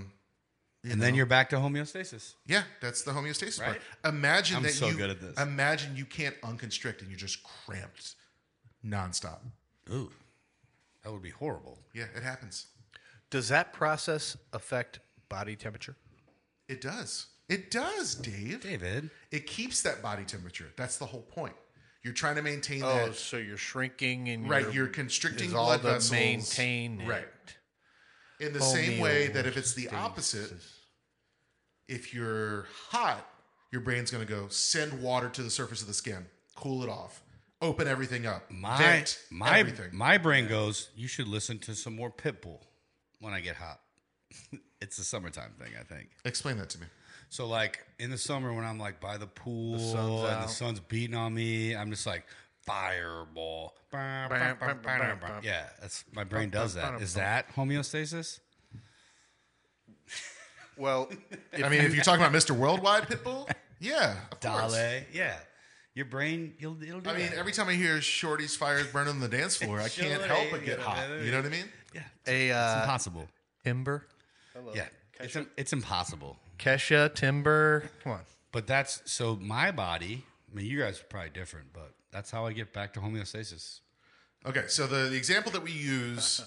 Speaker 2: then you're back to homeostasis.
Speaker 1: Yeah, that's the homeostasis
Speaker 2: Right?
Speaker 1: part. Imagine
Speaker 2: I'm
Speaker 1: that
Speaker 2: so
Speaker 1: you
Speaker 2: good at this.
Speaker 1: imagine you can't unconstrict and you're just cramped nonstop.
Speaker 2: Ooh, that would be horrible.
Speaker 1: Yeah, it happens.
Speaker 4: Does that process affect body temperature?
Speaker 1: It does. It does, Dave.
Speaker 2: David,
Speaker 1: It keeps that body temperature. That's the whole point. You're trying to maintain
Speaker 3: Oh,
Speaker 1: that.
Speaker 3: so you're shrinking and
Speaker 1: Right,
Speaker 3: You're,
Speaker 1: you're constricting
Speaker 3: is all
Speaker 1: blood
Speaker 3: to
Speaker 1: vessels.
Speaker 3: maintain. it.
Speaker 1: Right. In
Speaker 2: Oh,
Speaker 1: the same way that if it's the opposite, if you're hot, your brain's going to go send water to the surface of the skin, cool it off, open everything up,
Speaker 2: my
Speaker 1: vent
Speaker 2: my
Speaker 1: everything.
Speaker 2: my brain goes. You should listen to some more Pitbull when I get hot. it's a summertime thing, I think.
Speaker 1: Explain that to me.
Speaker 2: So like in the summer when I'm like by the pool
Speaker 4: sun's
Speaker 2: and the
Speaker 4: out.
Speaker 2: sun's beating on me, I'm just like fireball. Bah, bah,
Speaker 4: Bah,
Speaker 2: bah,
Speaker 4: bah,
Speaker 2: bah,
Speaker 4: bah,
Speaker 2: bah.
Speaker 4: bah.
Speaker 2: Yeah, that's my brain does
Speaker 4: bah,
Speaker 2: that.
Speaker 4: bah,
Speaker 2: Is
Speaker 4: bah.
Speaker 2: that homeostasis?
Speaker 4: Well,
Speaker 1: I mean, if you're talking about Mr. Worldwide Pitbull, yeah, of course.
Speaker 2: Dale, yeah. Your brain, you'll, it'll do
Speaker 1: I mean,
Speaker 2: that.
Speaker 1: every time I hear Shorty's fires burning on the dance floor, I can't help but get hot. You know what I mean?
Speaker 2: yeah,
Speaker 4: a
Speaker 2: it's
Speaker 4: uh,
Speaker 2: impossible.
Speaker 4: timber,
Speaker 2: Yeah, it's im- it's impossible.
Speaker 4: Kesha timber. Come on.
Speaker 2: But that's so my body. I mean, you guys are probably different, but that's how I get back to homeostasis.
Speaker 1: Okay, so the, the example that we use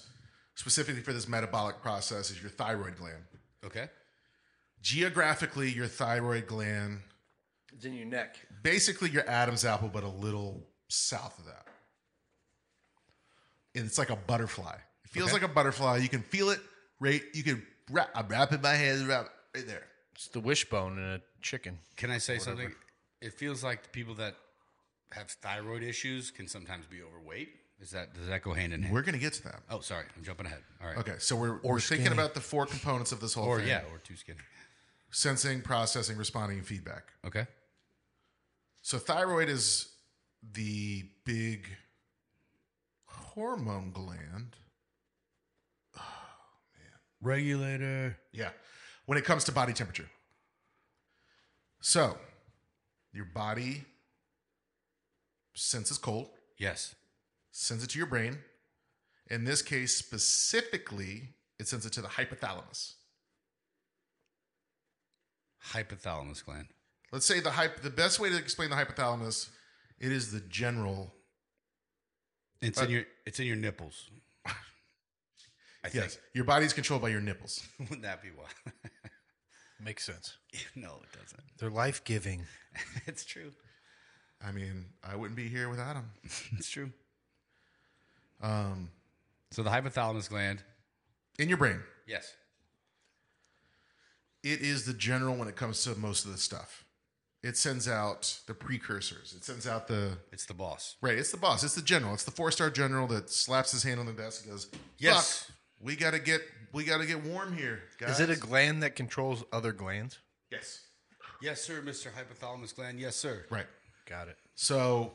Speaker 1: specifically for this metabolic process is your thyroid gland.
Speaker 2: Okay.
Speaker 1: Geographically, your thyroid gland,
Speaker 3: It's in your neck.
Speaker 1: basically your Adam's apple, but a little south of that. And it's like a butterfly. It feels like a butterfly. You can feel it, Right, you can wrap. I'm wrapping my hands around right there.
Speaker 4: It's the wishbone in a chicken.
Speaker 2: Can I say something? It feels like the people that have thyroid issues can sometimes be overweight. Is that does that go hand in hand?
Speaker 1: We're gonna get to that.
Speaker 2: oh, sorry, I'm jumping ahead. All right.
Speaker 1: Okay, so we're, we're thinking
Speaker 4: skinny.
Speaker 1: about the four components of this whole
Speaker 2: Or
Speaker 1: thing:
Speaker 2: yeah, or too skinny.
Speaker 1: sensing, processing, responding, and feedback.
Speaker 2: Okay.
Speaker 1: So thyroid is the big hormone gland.
Speaker 2: Regulator.
Speaker 1: Yeah. When it comes to body temperature. So, your body senses cold,
Speaker 2: Yes.
Speaker 1: sends it to your brain. In this case, specifically, it sends it to the hypothalamus.
Speaker 2: Hypothalamus gland.
Speaker 1: Let's say the hype. The best way to explain the hypothalamus, it is the general.
Speaker 2: It's
Speaker 1: Uh,
Speaker 2: in your it's in your nipples. I
Speaker 1: Yes, your body's controlled by your nipples.
Speaker 2: think. Wouldn't that be why?
Speaker 4: Makes sense.
Speaker 2: no, it doesn't.
Speaker 4: They're life giving.
Speaker 2: It's true.
Speaker 1: I mean, I wouldn't be here without them.
Speaker 2: It's true.
Speaker 1: Um,
Speaker 2: So the hypothalamus gland.
Speaker 1: in your brain,
Speaker 2: Yes.
Speaker 1: it is the general when it comes to most of the stuff. It sends out the precursors. It sends out the
Speaker 2: It's the boss.
Speaker 1: right. It's the boss. It's the general. It's the four star general that slaps his hand on the desk and goes,
Speaker 2: Yes.
Speaker 1: "Fuck, we gotta get we gotta get warm here, guys."
Speaker 4: Is it a gland that controls other glands?
Speaker 1: yes?
Speaker 2: Yes, sir, Mr. Hypothalamus gland. Yes, sir.
Speaker 1: Right.
Speaker 4: Got it.
Speaker 1: So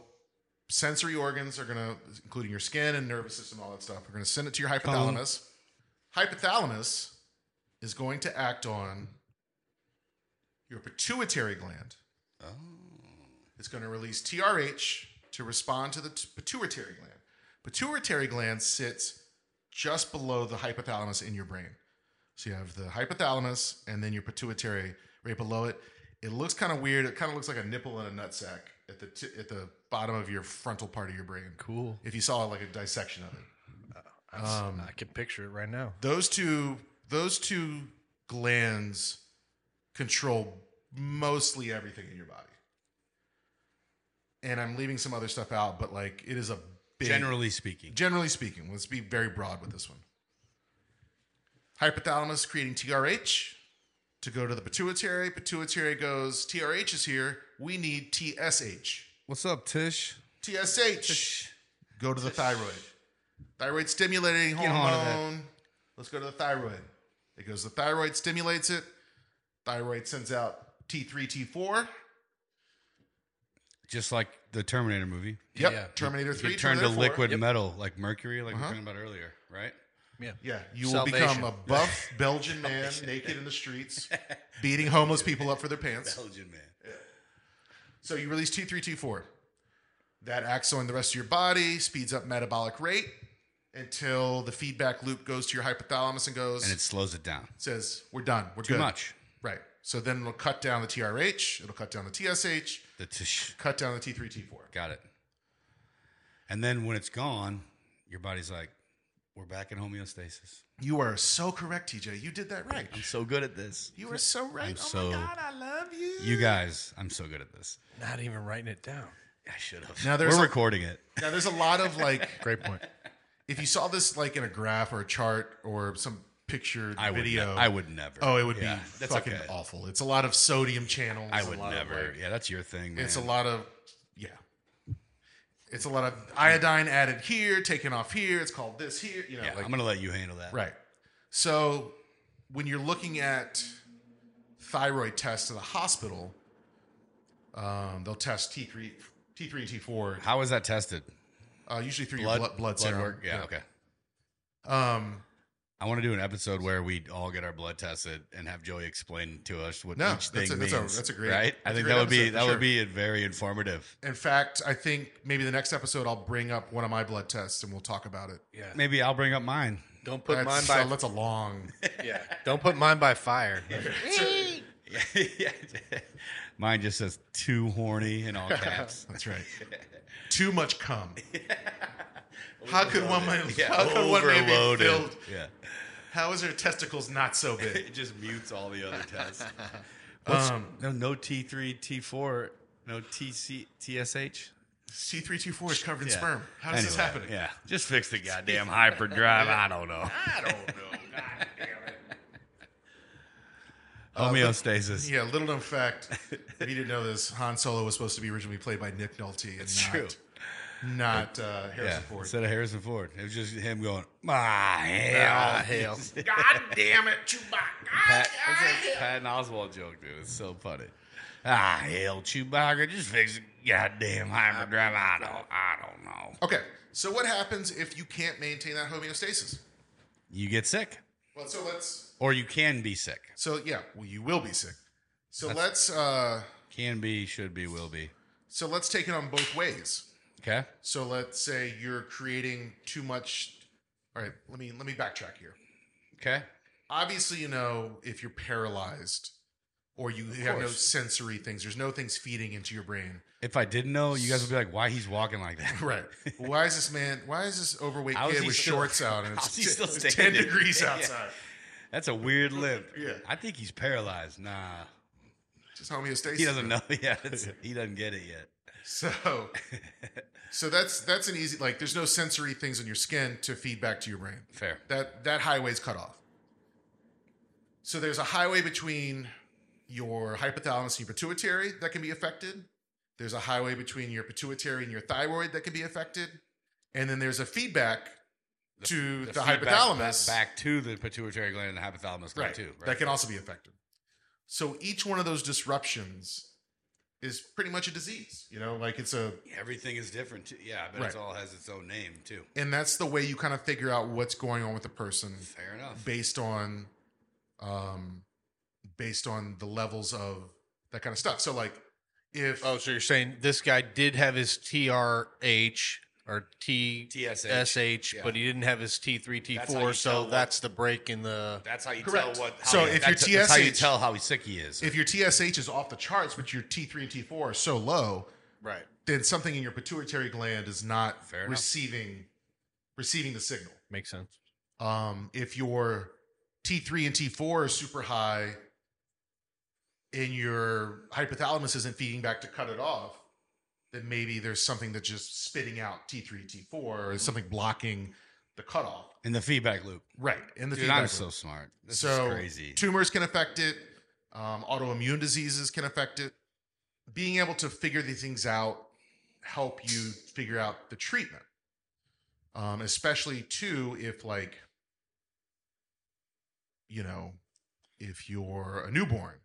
Speaker 1: sensory organs are going to, including your skin and nervous system, all that stuff, are going to send it to your hypothalamus. Hypothalamus is going to act on your pituitary gland.
Speaker 2: Oh.
Speaker 1: It's going to release TRH to respond to the t- pituitary gland. Pituitary gland sits just below the hypothalamus in your brain. So you have the hypothalamus and then your pituitary right below it. It looks kind of weird. It kind of looks like a nipple and a nutsack at the t- at the bottom of your frontal part of your brain.
Speaker 4: Cool.
Speaker 1: If you saw like a dissection of it,
Speaker 4: Um, I can picture it right now.
Speaker 1: those two those two glands control mostly everything in your body. And I'm leaving some other stuff out, but like it is a big
Speaker 2: Generally speaking.
Speaker 1: generally speaking, let's be very broad with this one. Hypothalamus creating TRH to go to the pituitary. Pituitary goes, TRH is here. We need TSH.
Speaker 2: What's up, Tish?
Speaker 1: TSH. Go to the thyroid. Thyroid stimulating
Speaker 2: on to that.
Speaker 1: hormone. Let's go to the thyroid. It goes, the thyroid stimulates it. Thyroid sends out T3, T4.
Speaker 2: Just like the Terminator movie.
Speaker 1: Yep.
Speaker 4: Yeah.
Speaker 1: Terminator 3.
Speaker 2: You turn to
Speaker 1: Terminator 4.
Speaker 2: liquid metal, like mercury, like we
Speaker 1: Uh-huh.
Speaker 2: were talking about earlier, right?
Speaker 4: Yeah.
Speaker 1: Yeah, you
Speaker 4: Salvation.
Speaker 1: will become a buff Belgian man naked in the streets, beating homeless people up for their pants.
Speaker 2: Belgian man.
Speaker 1: So you release T3T4. That acts on the rest of your body, speeds up metabolic rate until the feedback loop goes to your hypothalamus and goes,
Speaker 2: And it slows it down.
Speaker 1: says, We're done. We're
Speaker 2: Too
Speaker 1: good.
Speaker 2: much.
Speaker 1: Right. So then it'll cut down the TRH, it'll cut down the TSH,
Speaker 2: The Tish.
Speaker 1: cut down the T3T4.
Speaker 2: Got it. And then when it's gone, your body's like, we're back in homeostasis.
Speaker 1: You are so correct, TJ. You did that right.
Speaker 2: so good at this.
Speaker 1: You are so right. oh
Speaker 2: so-
Speaker 1: my God, I love you.
Speaker 2: You guys, I'm so good at this.
Speaker 4: Not even writing it down.
Speaker 2: I should have.
Speaker 1: Now
Speaker 2: Now
Speaker 1: there's
Speaker 2: we're
Speaker 1: a-
Speaker 2: recording it.
Speaker 1: Now there's a lot of like
Speaker 4: Great point.
Speaker 1: if you saw this like in a graph or a chart or some picture
Speaker 2: I would.
Speaker 1: video,
Speaker 2: Ne- I would never.
Speaker 1: oh, it would
Speaker 2: Yeah,
Speaker 1: be fucking
Speaker 2: okay.
Speaker 1: awful. It's a lot of sodium channels.
Speaker 2: I
Speaker 1: a
Speaker 2: would
Speaker 1: lot of,
Speaker 2: never.
Speaker 1: like-
Speaker 2: yeah, that's your thing, man.
Speaker 1: it's a lot of yeah. It's a lot of iodine added here, taken off here. It's called this here. You know,
Speaker 2: Yeah,
Speaker 1: like
Speaker 2: I'm gonna let you handle that.
Speaker 1: right. So when you're looking at thyroid tests at the hospital, um, they'll test T three, T three, T four,
Speaker 2: How is that tested?
Speaker 1: uh, usually through your blood blood, serum.
Speaker 2: work. Yeah, Okay.
Speaker 1: Um,
Speaker 2: I want to do an episode where we all get our blood tested and have Joey explain to us what
Speaker 1: No,
Speaker 2: each thing
Speaker 1: that's a- that's
Speaker 2: means.
Speaker 1: a- that's a great-
Speaker 2: right.
Speaker 1: that's
Speaker 2: I
Speaker 1: a
Speaker 2: think
Speaker 1: great
Speaker 2: that would be
Speaker 1: episode,
Speaker 2: that
Speaker 1: for sure.
Speaker 2: would be very informative.
Speaker 1: In fact, I think maybe the next episode I'll bring up one of my blood tests and we'll talk about it.
Speaker 4: Yeah.
Speaker 2: Maybe I'll bring up mine.
Speaker 4: Don't put mine
Speaker 1: that's,
Speaker 4: by
Speaker 1: that's a long.
Speaker 4: yeah. Don't put mine by fire.
Speaker 2: Yeah. mine just says too horny in all caps.
Speaker 1: That's right. Too much cum. How could one man? How could one man be
Speaker 2: overloaded.
Speaker 1: filled?
Speaker 2: Yeah.
Speaker 1: How is her testicles not so big?
Speaker 2: It just mutes all the other tests. What's-
Speaker 1: Um,
Speaker 2: no, no T three, T four, no TC, TSH.
Speaker 1: C three two four is covered in
Speaker 2: Yeah.
Speaker 1: sperm. How does this
Speaker 2: Anyway,
Speaker 1: happen? Uh,
Speaker 2: Yeah, just fix the goddamn hyperdrive. I don't know.
Speaker 1: I don't know. Goddamn.
Speaker 2: Homeostasis.
Speaker 1: Yeah, little known fact. if you didn't know this, Han Solo was supposed to be originally played by Nick Nolte and
Speaker 2: It's
Speaker 1: not,
Speaker 2: true.
Speaker 1: not uh, Harrison
Speaker 2: Yeah,
Speaker 1: Ford.
Speaker 2: instead of Harrison Ford, it was just him going, "Ah, hell,
Speaker 4: hell.
Speaker 1: God damn it, Chewbacca!
Speaker 2: Pat, that's a Patton Oswald joke, dude. It's so funny. Ah, hell, Chewbacca, just fix the goddamn hyperdrive. I don't, I don't know.
Speaker 1: Okay, so what happens if you can't maintain that homeostasis?
Speaker 2: You get sick,
Speaker 1: Well, so let's.
Speaker 2: or you can be sick.
Speaker 1: So yeah, well, you will be sick. So let's. Uh,
Speaker 2: Can be, should be, will be.
Speaker 1: so let's take it on both ways.
Speaker 2: Okay.
Speaker 1: So let's say you're creating too much. All right, let me let me backtrack here.
Speaker 2: Okay.
Speaker 1: Obviously, you know if you're paralyzed or you have no
Speaker 2: course.
Speaker 1: sensory things. There's no things feeding into your brain.
Speaker 2: If I didn't know, you guys would be like, "Why he's walking like that?"
Speaker 1: Right. Why is this man? Why is this overweight
Speaker 2: How is
Speaker 1: kid
Speaker 2: he
Speaker 1: with
Speaker 2: still-
Speaker 1: shorts out and
Speaker 2: how
Speaker 1: it's,
Speaker 2: is he
Speaker 1: t-
Speaker 2: still
Speaker 1: it's ten
Speaker 2: standing?
Speaker 1: degrees
Speaker 2: Yeah.
Speaker 1: outside?
Speaker 2: That's a weird limp.
Speaker 1: Yeah.
Speaker 2: I think he's paralyzed. Nah,
Speaker 1: Just homeostasis.
Speaker 2: he doesn't know yet. It's- he doesn't get it yet.
Speaker 1: So, so that's that's an easy like. There's no sensory things in your skin to feed back to your brain.
Speaker 2: Fair.
Speaker 1: That that highway's cut off. So there's a highway between your hypothalamus and your pituitary that can be affected. There's a highway between your pituitary and your thyroid that can be affected, and then there's a feedback to the,
Speaker 2: feedback
Speaker 1: hypothalamus
Speaker 2: back, back to the pituitary gland and the hypothalamus gland
Speaker 1: right,
Speaker 2: too. Right.
Speaker 1: that can also be affected. So each one of those disruptions is pretty much a disease. You know, like it's a
Speaker 2: Everything is different. Too. Yeah, I bet it's
Speaker 1: Right.
Speaker 2: all has its own name too.
Speaker 1: and that's the way you kind of figure out what's going on with the person
Speaker 2: Fair enough.
Speaker 1: based on um based on the levels of that kind of stuff so like if
Speaker 3: Oh, so you're saying this guy did have his TRH or T
Speaker 2: TSH.
Speaker 3: SH,
Speaker 2: Yeah.
Speaker 3: but he didn't have his T3,
Speaker 2: That's how you
Speaker 3: T4, so
Speaker 2: tell what-
Speaker 3: that's the break in the.
Speaker 2: That's how you
Speaker 1: Correct.
Speaker 2: tell what. How
Speaker 1: So
Speaker 2: he-
Speaker 1: if
Speaker 2: that's,
Speaker 1: your
Speaker 2: that's how you
Speaker 1: TSH
Speaker 2: tell how sick he is.
Speaker 1: if your tsh is off the charts but your t3 and t4 are so low
Speaker 3: Right.
Speaker 1: then something in your pituitary gland is not
Speaker 2: Fair enough.
Speaker 1: receiving receiving the signal
Speaker 3: Makes sense.
Speaker 1: um if your t3 and t4 is super high and your hypothalamus isn't feeding back to cut it off then maybe there's something that's just spitting out t3 t4 or something blocking the cutoff
Speaker 2: in the feedback loop.
Speaker 1: Right. In the
Speaker 2: Dude,
Speaker 1: feedback
Speaker 2: I'm
Speaker 1: loop.
Speaker 2: so smart. This
Speaker 1: So
Speaker 2: is crazy.
Speaker 1: Tumors can affect it. Um, autoimmune diseases can affect it. Being able to figure these things out help you figure out the treatment. Um, especially too, if like, you know, if you're a newborn,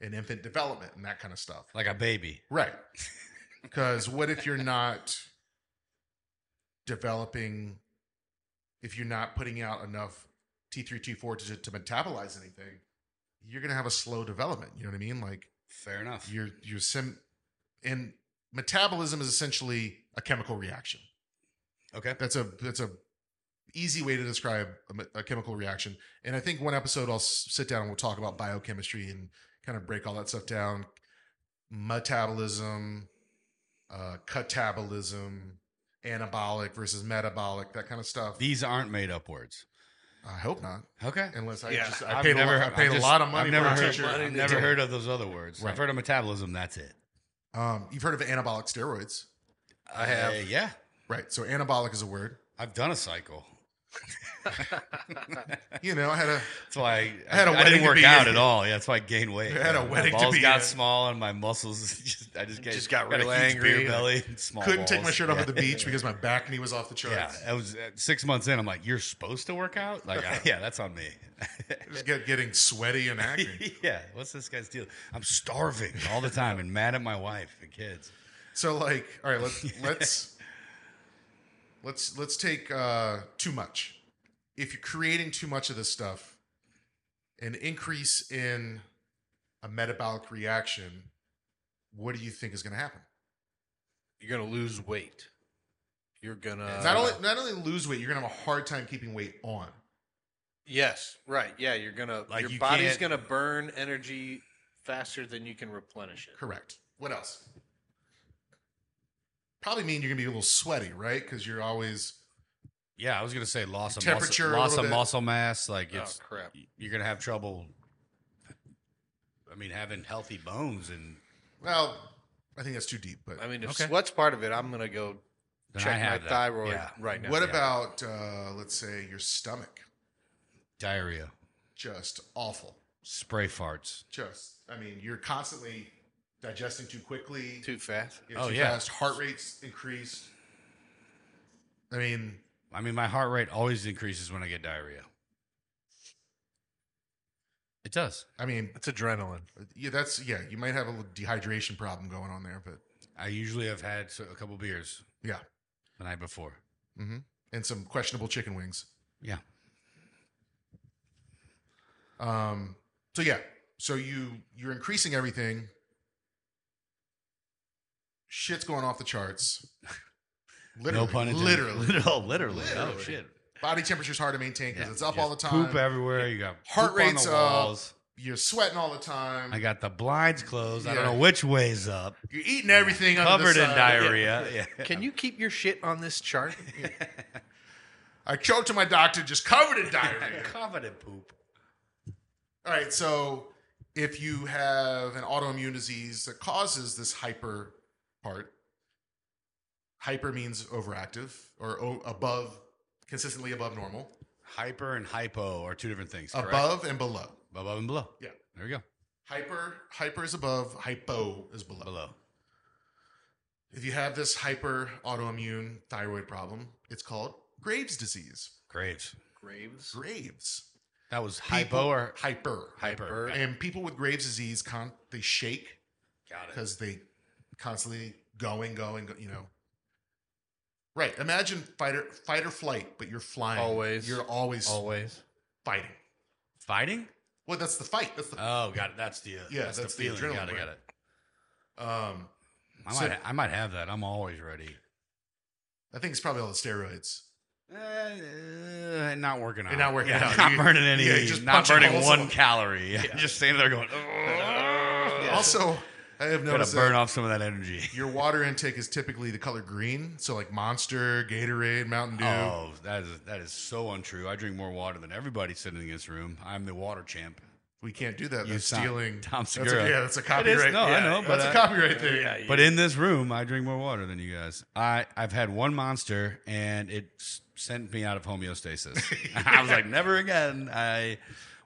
Speaker 1: and infant development, and that kind of stuff.
Speaker 2: like a baby.
Speaker 1: Right. Because what if you're not developing, if you're not putting out enough T3, T4 to, to metabolize anything, you're going to have a slow development. You know what I mean? Like
Speaker 2: Fair enough.
Speaker 1: your, your sim, and metabolism is essentially a chemical reaction.
Speaker 2: okay.
Speaker 1: That's a, that's a, easy way to describe a, me- a chemical reaction and i think one episode i'll s- sit down and we'll talk about biochemistry and kind of break all that stuff down metabolism uh catabolism anabolic versus metabolic that kind of stuff
Speaker 2: These aren't made up words.
Speaker 1: i hope not
Speaker 2: Okay.
Speaker 1: unless i
Speaker 3: Yeah,
Speaker 1: just i
Speaker 2: I've
Speaker 1: paid,
Speaker 2: never
Speaker 1: a, lot,
Speaker 2: heard-
Speaker 1: I paid
Speaker 2: I've
Speaker 1: a
Speaker 2: just-
Speaker 1: lot of money
Speaker 2: I've never
Speaker 1: for a
Speaker 2: heard-
Speaker 1: teacher
Speaker 2: I've never heard of those other words.
Speaker 1: Right.
Speaker 2: I've heard of metabolism. That's it.
Speaker 1: um you've heard of anabolic steroids
Speaker 2: I have. Uh, yeah.
Speaker 1: right so anabolic is a word
Speaker 2: I've done a cycle.
Speaker 1: you know i had a
Speaker 2: That's why I, I,
Speaker 1: had a
Speaker 2: I
Speaker 1: wedding
Speaker 2: didn't
Speaker 1: to
Speaker 2: work
Speaker 1: be
Speaker 2: out
Speaker 1: in.
Speaker 2: at all. Yeah, that's why I gained weight.
Speaker 1: I had a wedding to
Speaker 2: My balls
Speaker 1: be
Speaker 2: got
Speaker 1: in.
Speaker 2: small and my muscles. Just, I just, got-
Speaker 3: Just got
Speaker 2: a
Speaker 3: real
Speaker 2: huge
Speaker 3: angry.
Speaker 2: Beer belly. and small
Speaker 1: couldn't take my
Speaker 2: balls.
Speaker 1: shirt off
Speaker 2: Yeah.
Speaker 1: at the beach because my back knee was off the
Speaker 2: Yeah,
Speaker 1: charts
Speaker 2: I was uh, six months in. I'm like, you're supposed to work out. Like, I- yeah, that's on me.
Speaker 1: just get, getting sweaty and acne
Speaker 2: yeah, what's this guy's deal? I'm starving all the time and mad at my wife and kids.
Speaker 1: So like, all right, let's let's let's let's take uh too much. If you're creating too much of this stuff, an increase in a metabolic reaction, what do you think is going to happen?
Speaker 3: You're going to lose weight. You're going
Speaker 2: Uh,
Speaker 3: to.
Speaker 1: not only not only lose weight, you're going to have a hard time keeping weight on.
Speaker 3: Yes, right. Yeah, you're going to.
Speaker 2: Like,
Speaker 3: your
Speaker 2: you
Speaker 3: body's
Speaker 2: can't-
Speaker 3: going to burn energy faster than you can replenish it.
Speaker 1: Correct. What else? Probably mean you're going to be a little sweaty, right? Because you're always
Speaker 2: Yeah, I was gonna say loss of
Speaker 1: Temperature a
Speaker 2: muscle, loss
Speaker 1: little
Speaker 2: of
Speaker 1: bit.
Speaker 2: muscle mass. Like,
Speaker 3: Oh,
Speaker 2: it's
Speaker 3: crap.
Speaker 2: you're gonna have trouble. I mean, having healthy bones and
Speaker 1: well. I think that's too deep, but
Speaker 3: I mean, if
Speaker 2: Okay.
Speaker 3: sweat's part of it, I'm going to go
Speaker 2: Then I
Speaker 3: check my
Speaker 2: have that.
Speaker 3: thyroid
Speaker 2: Yeah.
Speaker 3: right now.
Speaker 1: what
Speaker 2: yeah.
Speaker 1: about uh, let's say your stomach?
Speaker 2: diarrhea.
Speaker 1: Just awful.
Speaker 2: spray farts.
Speaker 1: Just, I mean, you're constantly digesting too quickly.
Speaker 3: Too fast.
Speaker 1: you know,
Speaker 2: Oh,
Speaker 1: too
Speaker 2: yeah.
Speaker 1: fast. Heart rates increase. I mean,
Speaker 2: I mean, my heart rate always increases when I get diarrhea. It does.
Speaker 1: I mean,
Speaker 4: It's adrenaline.
Speaker 1: yeah, that's yeah. You might have a little dehydration problem going on there, but
Speaker 2: I usually have had so- a couple beers
Speaker 1: yeah,
Speaker 2: the night before.
Speaker 1: hmm and some questionable chicken wings.
Speaker 2: Yeah.
Speaker 1: Um, so yeah, so you you're increasing everything. Shit's going off the charts. Literally,
Speaker 2: no pun intended.
Speaker 1: Literally,
Speaker 2: Oh, literally. Oh,
Speaker 1: Literally.
Speaker 2: shit.
Speaker 1: body temperature's hard to maintain because
Speaker 2: Yeah.
Speaker 1: it's up
Speaker 2: Just
Speaker 1: all the time.
Speaker 2: Poop everywhere. You got
Speaker 1: Heart
Speaker 2: poop on
Speaker 1: rate's
Speaker 2: the
Speaker 1: up.
Speaker 2: walls.
Speaker 1: You're sweating all the time.
Speaker 2: I got the blinds closed. I don't
Speaker 1: Yeah.
Speaker 2: know which way's up.
Speaker 1: you're eating everything under
Speaker 2: Covered
Speaker 1: the
Speaker 2: in
Speaker 1: sun.
Speaker 2: diarrhea. Yeah.
Speaker 4: Can you keep your shit on this chart?
Speaker 1: I choked to my doctor, just covered in diarrhea.
Speaker 2: Covered in poop.
Speaker 1: All right, so if you have an autoimmune disease that causes this hyper part, hyper means overactive or o- above, consistently above normal,
Speaker 2: Hyper and hypo are two different things. Correct?
Speaker 1: above and below.
Speaker 2: above and below.
Speaker 1: Yeah.
Speaker 2: There we go.
Speaker 1: Hyper, hyper is above, hypo is below.
Speaker 2: Below.
Speaker 1: If you have this hyper autoimmune thyroid problem, it's called Graves' disease.
Speaker 2: Graves.
Speaker 3: Graves.
Speaker 1: Graves.
Speaker 2: That was
Speaker 1: People-
Speaker 2: hypo or
Speaker 1: hyper?
Speaker 2: hyper.
Speaker 1: And people with Graves' disease, con- they shake
Speaker 2: Got it.
Speaker 1: because they constantly going, going, go- you know. Right. Imagine fight or, fight or flight, but you're flying.
Speaker 3: Always.
Speaker 1: You're always
Speaker 3: Always.
Speaker 1: fighting.
Speaker 2: Fighting?
Speaker 1: Well, that's the fight. That's the,
Speaker 2: Oh, got it. That's the uh,
Speaker 1: Yeah,
Speaker 2: That's,
Speaker 1: that's
Speaker 2: the
Speaker 1: the adrenaline,
Speaker 2: feeling. got it.
Speaker 1: right.
Speaker 2: Got it.
Speaker 1: um,
Speaker 2: I
Speaker 1: So-
Speaker 2: might. I might have that. I'm always ready.
Speaker 1: I think it's probably all the steroids.
Speaker 2: Uh, uh, not working out.
Speaker 1: You're not working
Speaker 2: Yeah,
Speaker 1: out.
Speaker 2: Not
Speaker 1: You're-
Speaker 2: burning any.
Speaker 1: yeah, you're just
Speaker 2: not
Speaker 1: punching
Speaker 2: burning
Speaker 1: holes
Speaker 2: one
Speaker 1: in the-
Speaker 2: calorie. just standing there going. Oh,
Speaker 1: Also, I have
Speaker 2: gotta
Speaker 1: noticed
Speaker 2: burn
Speaker 1: that
Speaker 2: off some of that energy.
Speaker 1: your water intake is typically the color green. So, like Monster, Gatorade, Mountain Dew.
Speaker 2: Oh, that is that is so untrue. I drink more water than everybody sitting in this room. I'm the water champ.
Speaker 1: We can't do that.
Speaker 2: You
Speaker 1: That's
Speaker 2: sound-
Speaker 1: stealing.
Speaker 2: Tom
Speaker 1: that's a-
Speaker 2: Segura.
Speaker 1: yeah, that's a
Speaker 2: It is-
Speaker 1: copyright.
Speaker 2: no, I
Speaker 1: yeah,
Speaker 2: know, but
Speaker 1: that's a
Speaker 2: I-
Speaker 1: copyright thing.
Speaker 2: But in this room, I drink more water than you guys. I I've had one monster, and it s- sent me out of homeostasis. I was like, never again. I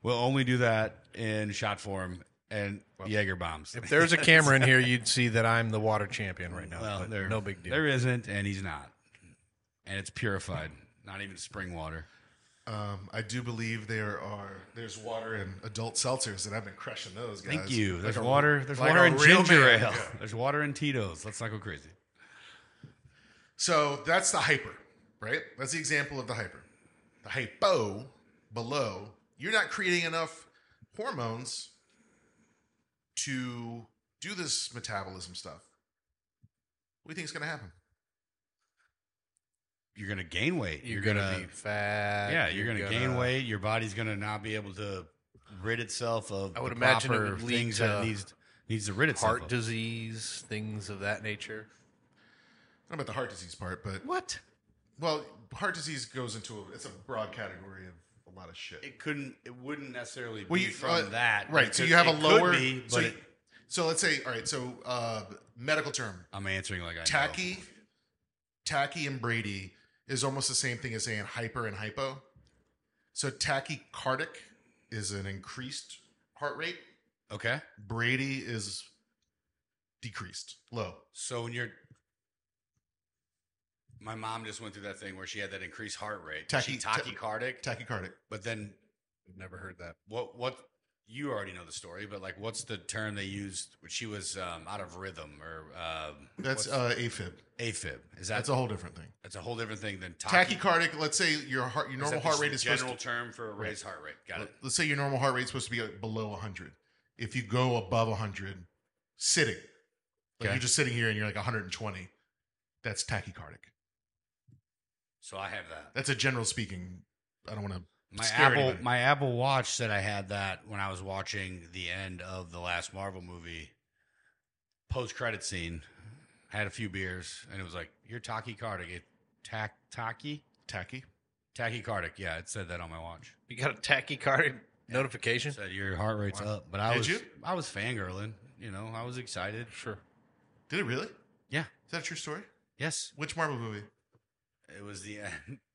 Speaker 2: will only do that in shot form and Jaeger bombs.
Speaker 4: If there's a camera in here, you'd see that I'm the water champion right now.
Speaker 2: Well,
Speaker 4: but
Speaker 2: there,
Speaker 4: no big deal.
Speaker 2: There isn't, and he's not, and it's purified. Not even spring water.
Speaker 1: Um, I do believe there are there's water in adult seltzers, and I've been crushing those guys.
Speaker 2: Thank you. There's
Speaker 1: Like a-
Speaker 2: water. There's
Speaker 1: like
Speaker 2: water
Speaker 1: a
Speaker 2: in
Speaker 1: real
Speaker 2: ginger
Speaker 1: man.
Speaker 2: ale.
Speaker 1: Yeah.
Speaker 2: There's water in Tito's. Let's not go crazy.
Speaker 1: So that's the hyper, right? That's the example of the hyper. The hypo below, you're not creating enough hormones to do this metabolism stuff. What do you think is going to happen?
Speaker 2: You're gonna gain weight.
Speaker 4: you're, gonna, be fat.
Speaker 2: yeah. You're, gonna, gain weight. Your body's gonna not be able to rid itself of.
Speaker 4: I would
Speaker 2: the
Speaker 4: imagine it
Speaker 2: proper
Speaker 4: would lead
Speaker 2: things that
Speaker 4: to
Speaker 2: it needs needs to rid itself.
Speaker 4: Heart
Speaker 2: of.
Speaker 4: disease, things of that nature.
Speaker 1: I don't know about the heart disease part, but
Speaker 4: What?
Speaker 1: well, heart disease goes into a, it's a broad category of a lot of shit.
Speaker 2: it couldn't. It wouldn't necessarily
Speaker 1: well,
Speaker 2: be
Speaker 1: you,
Speaker 2: from
Speaker 1: uh,
Speaker 2: that.
Speaker 1: right? So
Speaker 2: because
Speaker 1: you have a
Speaker 2: it could
Speaker 1: lower.
Speaker 2: be,
Speaker 1: so,
Speaker 2: but
Speaker 1: you-
Speaker 2: it-
Speaker 1: so let's say, all right. So uh, medical term,
Speaker 2: I'm answering like I know.
Speaker 1: tacky, tacky, and Brady is almost the same thing as saying hyper and hypo. So tachycardic is an increased heart rate.
Speaker 2: Okay.
Speaker 1: Brady is decreased, low.
Speaker 2: So when you're my mom just went through that thing where she had that increased heart rate.
Speaker 1: Tachy-
Speaker 2: she tachycardic.
Speaker 1: Tachycardic.
Speaker 2: but then
Speaker 4: Never heard that.
Speaker 2: what what you already know the story, but like what's the term they used when she was um, out of rhythm or um,
Speaker 1: That's
Speaker 2: what's-
Speaker 1: uh, AFib.
Speaker 2: AFib? Is that
Speaker 1: That's a whole different thing.
Speaker 2: that's a whole different thing than tachy- is
Speaker 1: Tachycardic. Let's say your heart, your
Speaker 2: that
Speaker 1: normal
Speaker 2: the
Speaker 1: heart rate is supposed
Speaker 2: general
Speaker 1: to
Speaker 2: term for a raised heart rate. Got it.
Speaker 1: let's say your normal heart rate's supposed to be like, below 100. If you go above 100, sitting, like
Speaker 2: Okay.
Speaker 1: you're just sitting here and you're like 120, that's tachycardic.
Speaker 2: So I have that.
Speaker 1: That's a general speaking. I don't want to.
Speaker 2: My
Speaker 1: Scare
Speaker 2: Apple
Speaker 1: anybody.
Speaker 2: my Apple Watch said I had that when I was watching the end of the last Marvel movie post credit scene. Had a few beers and it was like you're tachycardic. It tac tachy
Speaker 1: Tacky.
Speaker 2: tachycardic. Yeah, it said that on my watch.
Speaker 4: You got a tachycardic notification?
Speaker 2: Said your heart rate's up, but I
Speaker 1: Did
Speaker 2: was
Speaker 1: you?
Speaker 2: I was fangirling. You know, I was excited. Sure.
Speaker 1: Did it really? Is
Speaker 2: Yeah.
Speaker 1: that a true story?
Speaker 2: Yes.
Speaker 1: Which Marvel movie?
Speaker 2: It was the end.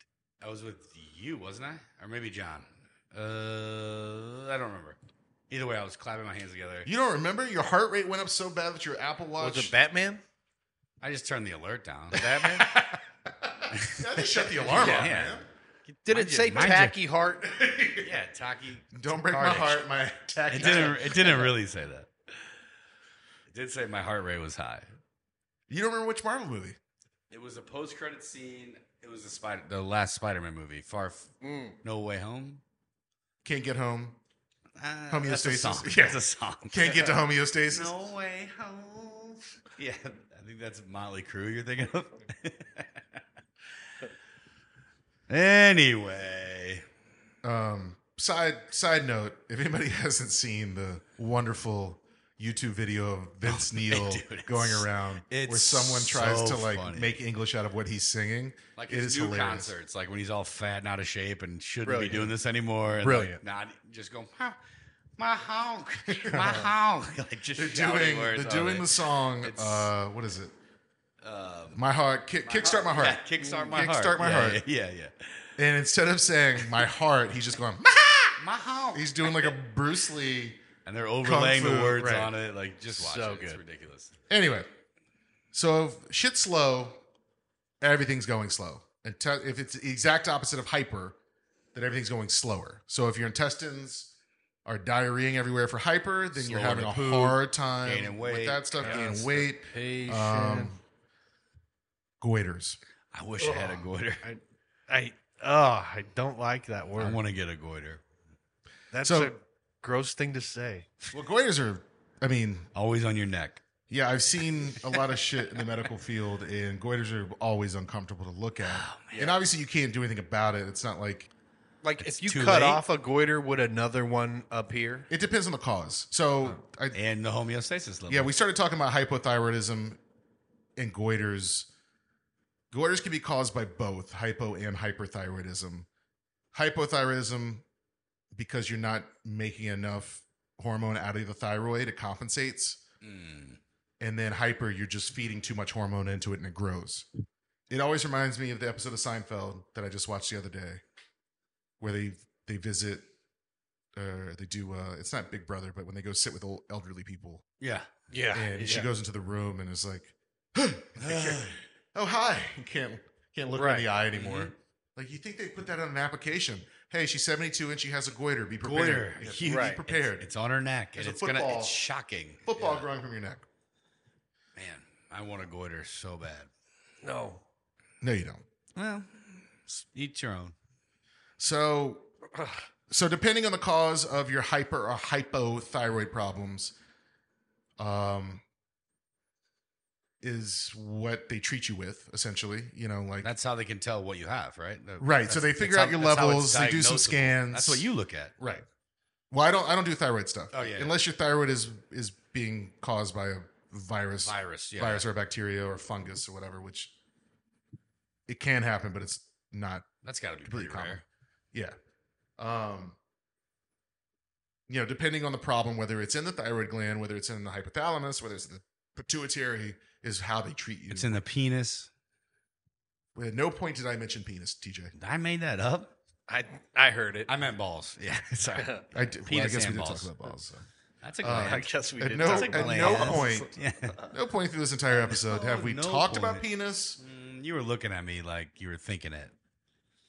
Speaker 2: I was with you, wasn't I? Or maybe John. Uh, I don't remember. Either way, I was clapping my hands together.
Speaker 1: You don't remember? Your heart rate went up so bad that your Apple Watch.
Speaker 3: Was it Batman?
Speaker 2: I just turned the alert down.
Speaker 3: Batman?
Speaker 1: I just shut the alarm
Speaker 2: Yeah,
Speaker 1: off,
Speaker 2: yeah.
Speaker 1: man.
Speaker 4: Did
Speaker 2: Mind
Speaker 4: it
Speaker 2: you-
Speaker 4: say
Speaker 2: mind you-
Speaker 4: tacky heart?
Speaker 2: yeah, Taki.
Speaker 1: Don't break
Speaker 2: Carnage.
Speaker 1: my heart. My tacky.
Speaker 2: It didn't. It didn't really say that. It did say my heart rate was high.
Speaker 1: You don't remember which Marvel movie?
Speaker 2: It was a post-credit scene. It was the spider, the last Spider-Man movie, Far F-
Speaker 4: Mm.
Speaker 2: No Way Home.
Speaker 1: Can't get home.
Speaker 2: Uh, That's a
Speaker 1: Homeostasis.
Speaker 2: song.
Speaker 1: Yeah.
Speaker 2: That's a song.
Speaker 1: Can't get to homeostasis.
Speaker 2: No Way Home. Yeah, I think that's Motley Crue you're thinking of. anyway,
Speaker 1: Um, side side note: If anybody hasn't seen the wonderful YouTube video of Vince Neil
Speaker 2: dude, it's-
Speaker 1: going around,
Speaker 2: it's
Speaker 1: where someone tries
Speaker 2: so
Speaker 1: to like
Speaker 2: funny.
Speaker 1: make English out of what he's singing,
Speaker 2: like
Speaker 1: it
Speaker 2: his
Speaker 1: is
Speaker 2: new
Speaker 1: hilarious.
Speaker 2: concerts, like when he's all fat and out of shape and shouldn't
Speaker 1: Brilliant.
Speaker 2: be doing this anymore. And
Speaker 1: Brilliant.
Speaker 2: Like, not just going, "Huh, my honk, my honk. Like just
Speaker 1: They're
Speaker 2: shouting
Speaker 1: doing
Speaker 2: words
Speaker 1: they're
Speaker 2: out
Speaker 1: doing
Speaker 2: of
Speaker 1: the
Speaker 2: it.
Speaker 1: song.
Speaker 2: It's- um,
Speaker 1: Uh, what is it? my heart, kick, kickstart my heart, Mm,
Speaker 2: Yeah, kickstart my heart.
Speaker 1: Kickstart my
Speaker 2: yeah,
Speaker 1: heart.
Speaker 2: Yeah, yeah. yeah.
Speaker 1: and instead of saying my heart, he's just going.
Speaker 2: My honk.
Speaker 1: he's doing like a Bruce Lee.
Speaker 2: and they're overlaying
Speaker 1: Kung
Speaker 2: the
Speaker 1: Fu,
Speaker 2: words
Speaker 1: right.
Speaker 2: on it. Like just watch
Speaker 3: So
Speaker 2: it. It's
Speaker 3: good.
Speaker 2: ridiculous.
Speaker 1: Anyway, so if shit's slow, everything's going slow. And te- if it's the exact opposite of hyper, then everything's going slower. So if your intestines are diarrheaing everywhere for hyper, then you're
Speaker 2: Slower
Speaker 1: having
Speaker 2: to
Speaker 1: a
Speaker 2: poop,
Speaker 1: hard time
Speaker 2: gaining
Speaker 1: with
Speaker 2: weight,
Speaker 1: that stuff, gaining weight.
Speaker 4: Patient.
Speaker 1: Um, goiters.
Speaker 2: I wish I had a goiter. I,
Speaker 4: I oh, I don't like that word.
Speaker 2: want to get a goiter.
Speaker 4: That's
Speaker 1: So-
Speaker 4: a gross thing to say.
Speaker 1: Well, goiters are, I mean,
Speaker 2: Always on your neck.
Speaker 1: yeah, I've seen a lot of shit in the medical field, and goiters are always uncomfortable to look at.
Speaker 2: Oh,
Speaker 1: And obviously, you can't do anything about it. It's not like
Speaker 4: Like if you
Speaker 2: too
Speaker 4: cut
Speaker 2: late?
Speaker 4: off a goiter, would another one appear?
Speaker 1: it depends on the cause. So I,
Speaker 2: And the homeostasis level.
Speaker 1: Yeah, we started talking about hypothyroidism and goiters. Goiters can be caused by both hypo and hyperthyroidism. Hypothyroidism, because you're not making enough hormone out of the thyroid, it compensates.
Speaker 2: Mm.
Speaker 1: And then hyper, you're just feeding too much hormone into it and it grows. It always reminds me of the episode of Seinfeld that I just watched the other day, where they they visit, uh, they do. Uh, it's not Big Brother, but when they go sit with old elderly people,
Speaker 2: Yeah.
Speaker 3: Yeah.
Speaker 1: and she
Speaker 2: Yeah.
Speaker 1: goes into the room and is like, "Oh hi," You can't can't look her in the eye
Speaker 2: Mm-hmm.
Speaker 1: anymore. Like you think they put that on an application? Hey, she's seventy two and she has a goiter. Be prepared.
Speaker 2: Goiter.
Speaker 1: Yeah,
Speaker 2: Huge.
Speaker 1: Be
Speaker 3: Right.
Speaker 1: prepared.
Speaker 2: It's on her neck.
Speaker 1: There's
Speaker 2: And
Speaker 1: a
Speaker 2: it's going to,
Speaker 1: football.
Speaker 2: it's shocking.
Speaker 1: Football
Speaker 2: Yeah.
Speaker 1: growing from your neck.
Speaker 2: Man, I want a goiter so bad.
Speaker 3: No.
Speaker 1: No, you don't.
Speaker 2: Well, s- eat your own.
Speaker 1: So, so depending on the cause of your hyper or hypothyroid problems, um, is what they treat you with essentially. You know, like
Speaker 2: That's how they can tell what you have, right? The-
Speaker 1: Right, so
Speaker 2: that's-
Speaker 1: they
Speaker 2: that's
Speaker 1: figure out your
Speaker 2: that's how
Speaker 1: levels,
Speaker 2: it's
Speaker 1: they do some
Speaker 2: diagnosable.
Speaker 1: scans.
Speaker 2: That's what you look at.
Speaker 1: Right. Well, I don't. I don't do thyroid stuff.
Speaker 2: Oh, yeah, yeah.
Speaker 1: Unless your thyroid is is being caused by a virus,
Speaker 2: Virus. Yeah.
Speaker 1: virus or bacteria or fungus or whatever, which it can happen, but it's not.
Speaker 2: That's got to be
Speaker 1: Completely
Speaker 2: pretty
Speaker 1: common.
Speaker 2: rare.
Speaker 1: Yeah. Um. You know, depending on the problem, whether it's in the thyroid gland, whether it's in the hypothalamus, whether it's the pituitary, is how they treat you.
Speaker 2: It's in the penis.
Speaker 1: At no point did I mention penis, TJ.
Speaker 2: I made that up.
Speaker 3: I I heard it.
Speaker 2: I meant balls. Yeah. Sorry.
Speaker 1: I did. Well, I
Speaker 2: Penis
Speaker 1: guess we
Speaker 2: and
Speaker 1: did talk
Speaker 2: balls.
Speaker 1: about balls. so.
Speaker 2: That's a
Speaker 1: Uh,
Speaker 3: I
Speaker 2: gland.
Speaker 3: guess we
Speaker 1: At
Speaker 3: did.
Speaker 1: no,
Speaker 3: talk
Speaker 2: a
Speaker 1: at
Speaker 3: about
Speaker 1: no
Speaker 2: gland.
Speaker 1: point,
Speaker 2: yeah.
Speaker 1: no point through this entire episode have we
Speaker 2: no
Speaker 1: talked about
Speaker 2: point.
Speaker 1: penis.
Speaker 2: Mm, you were looking at me like you were thinking it.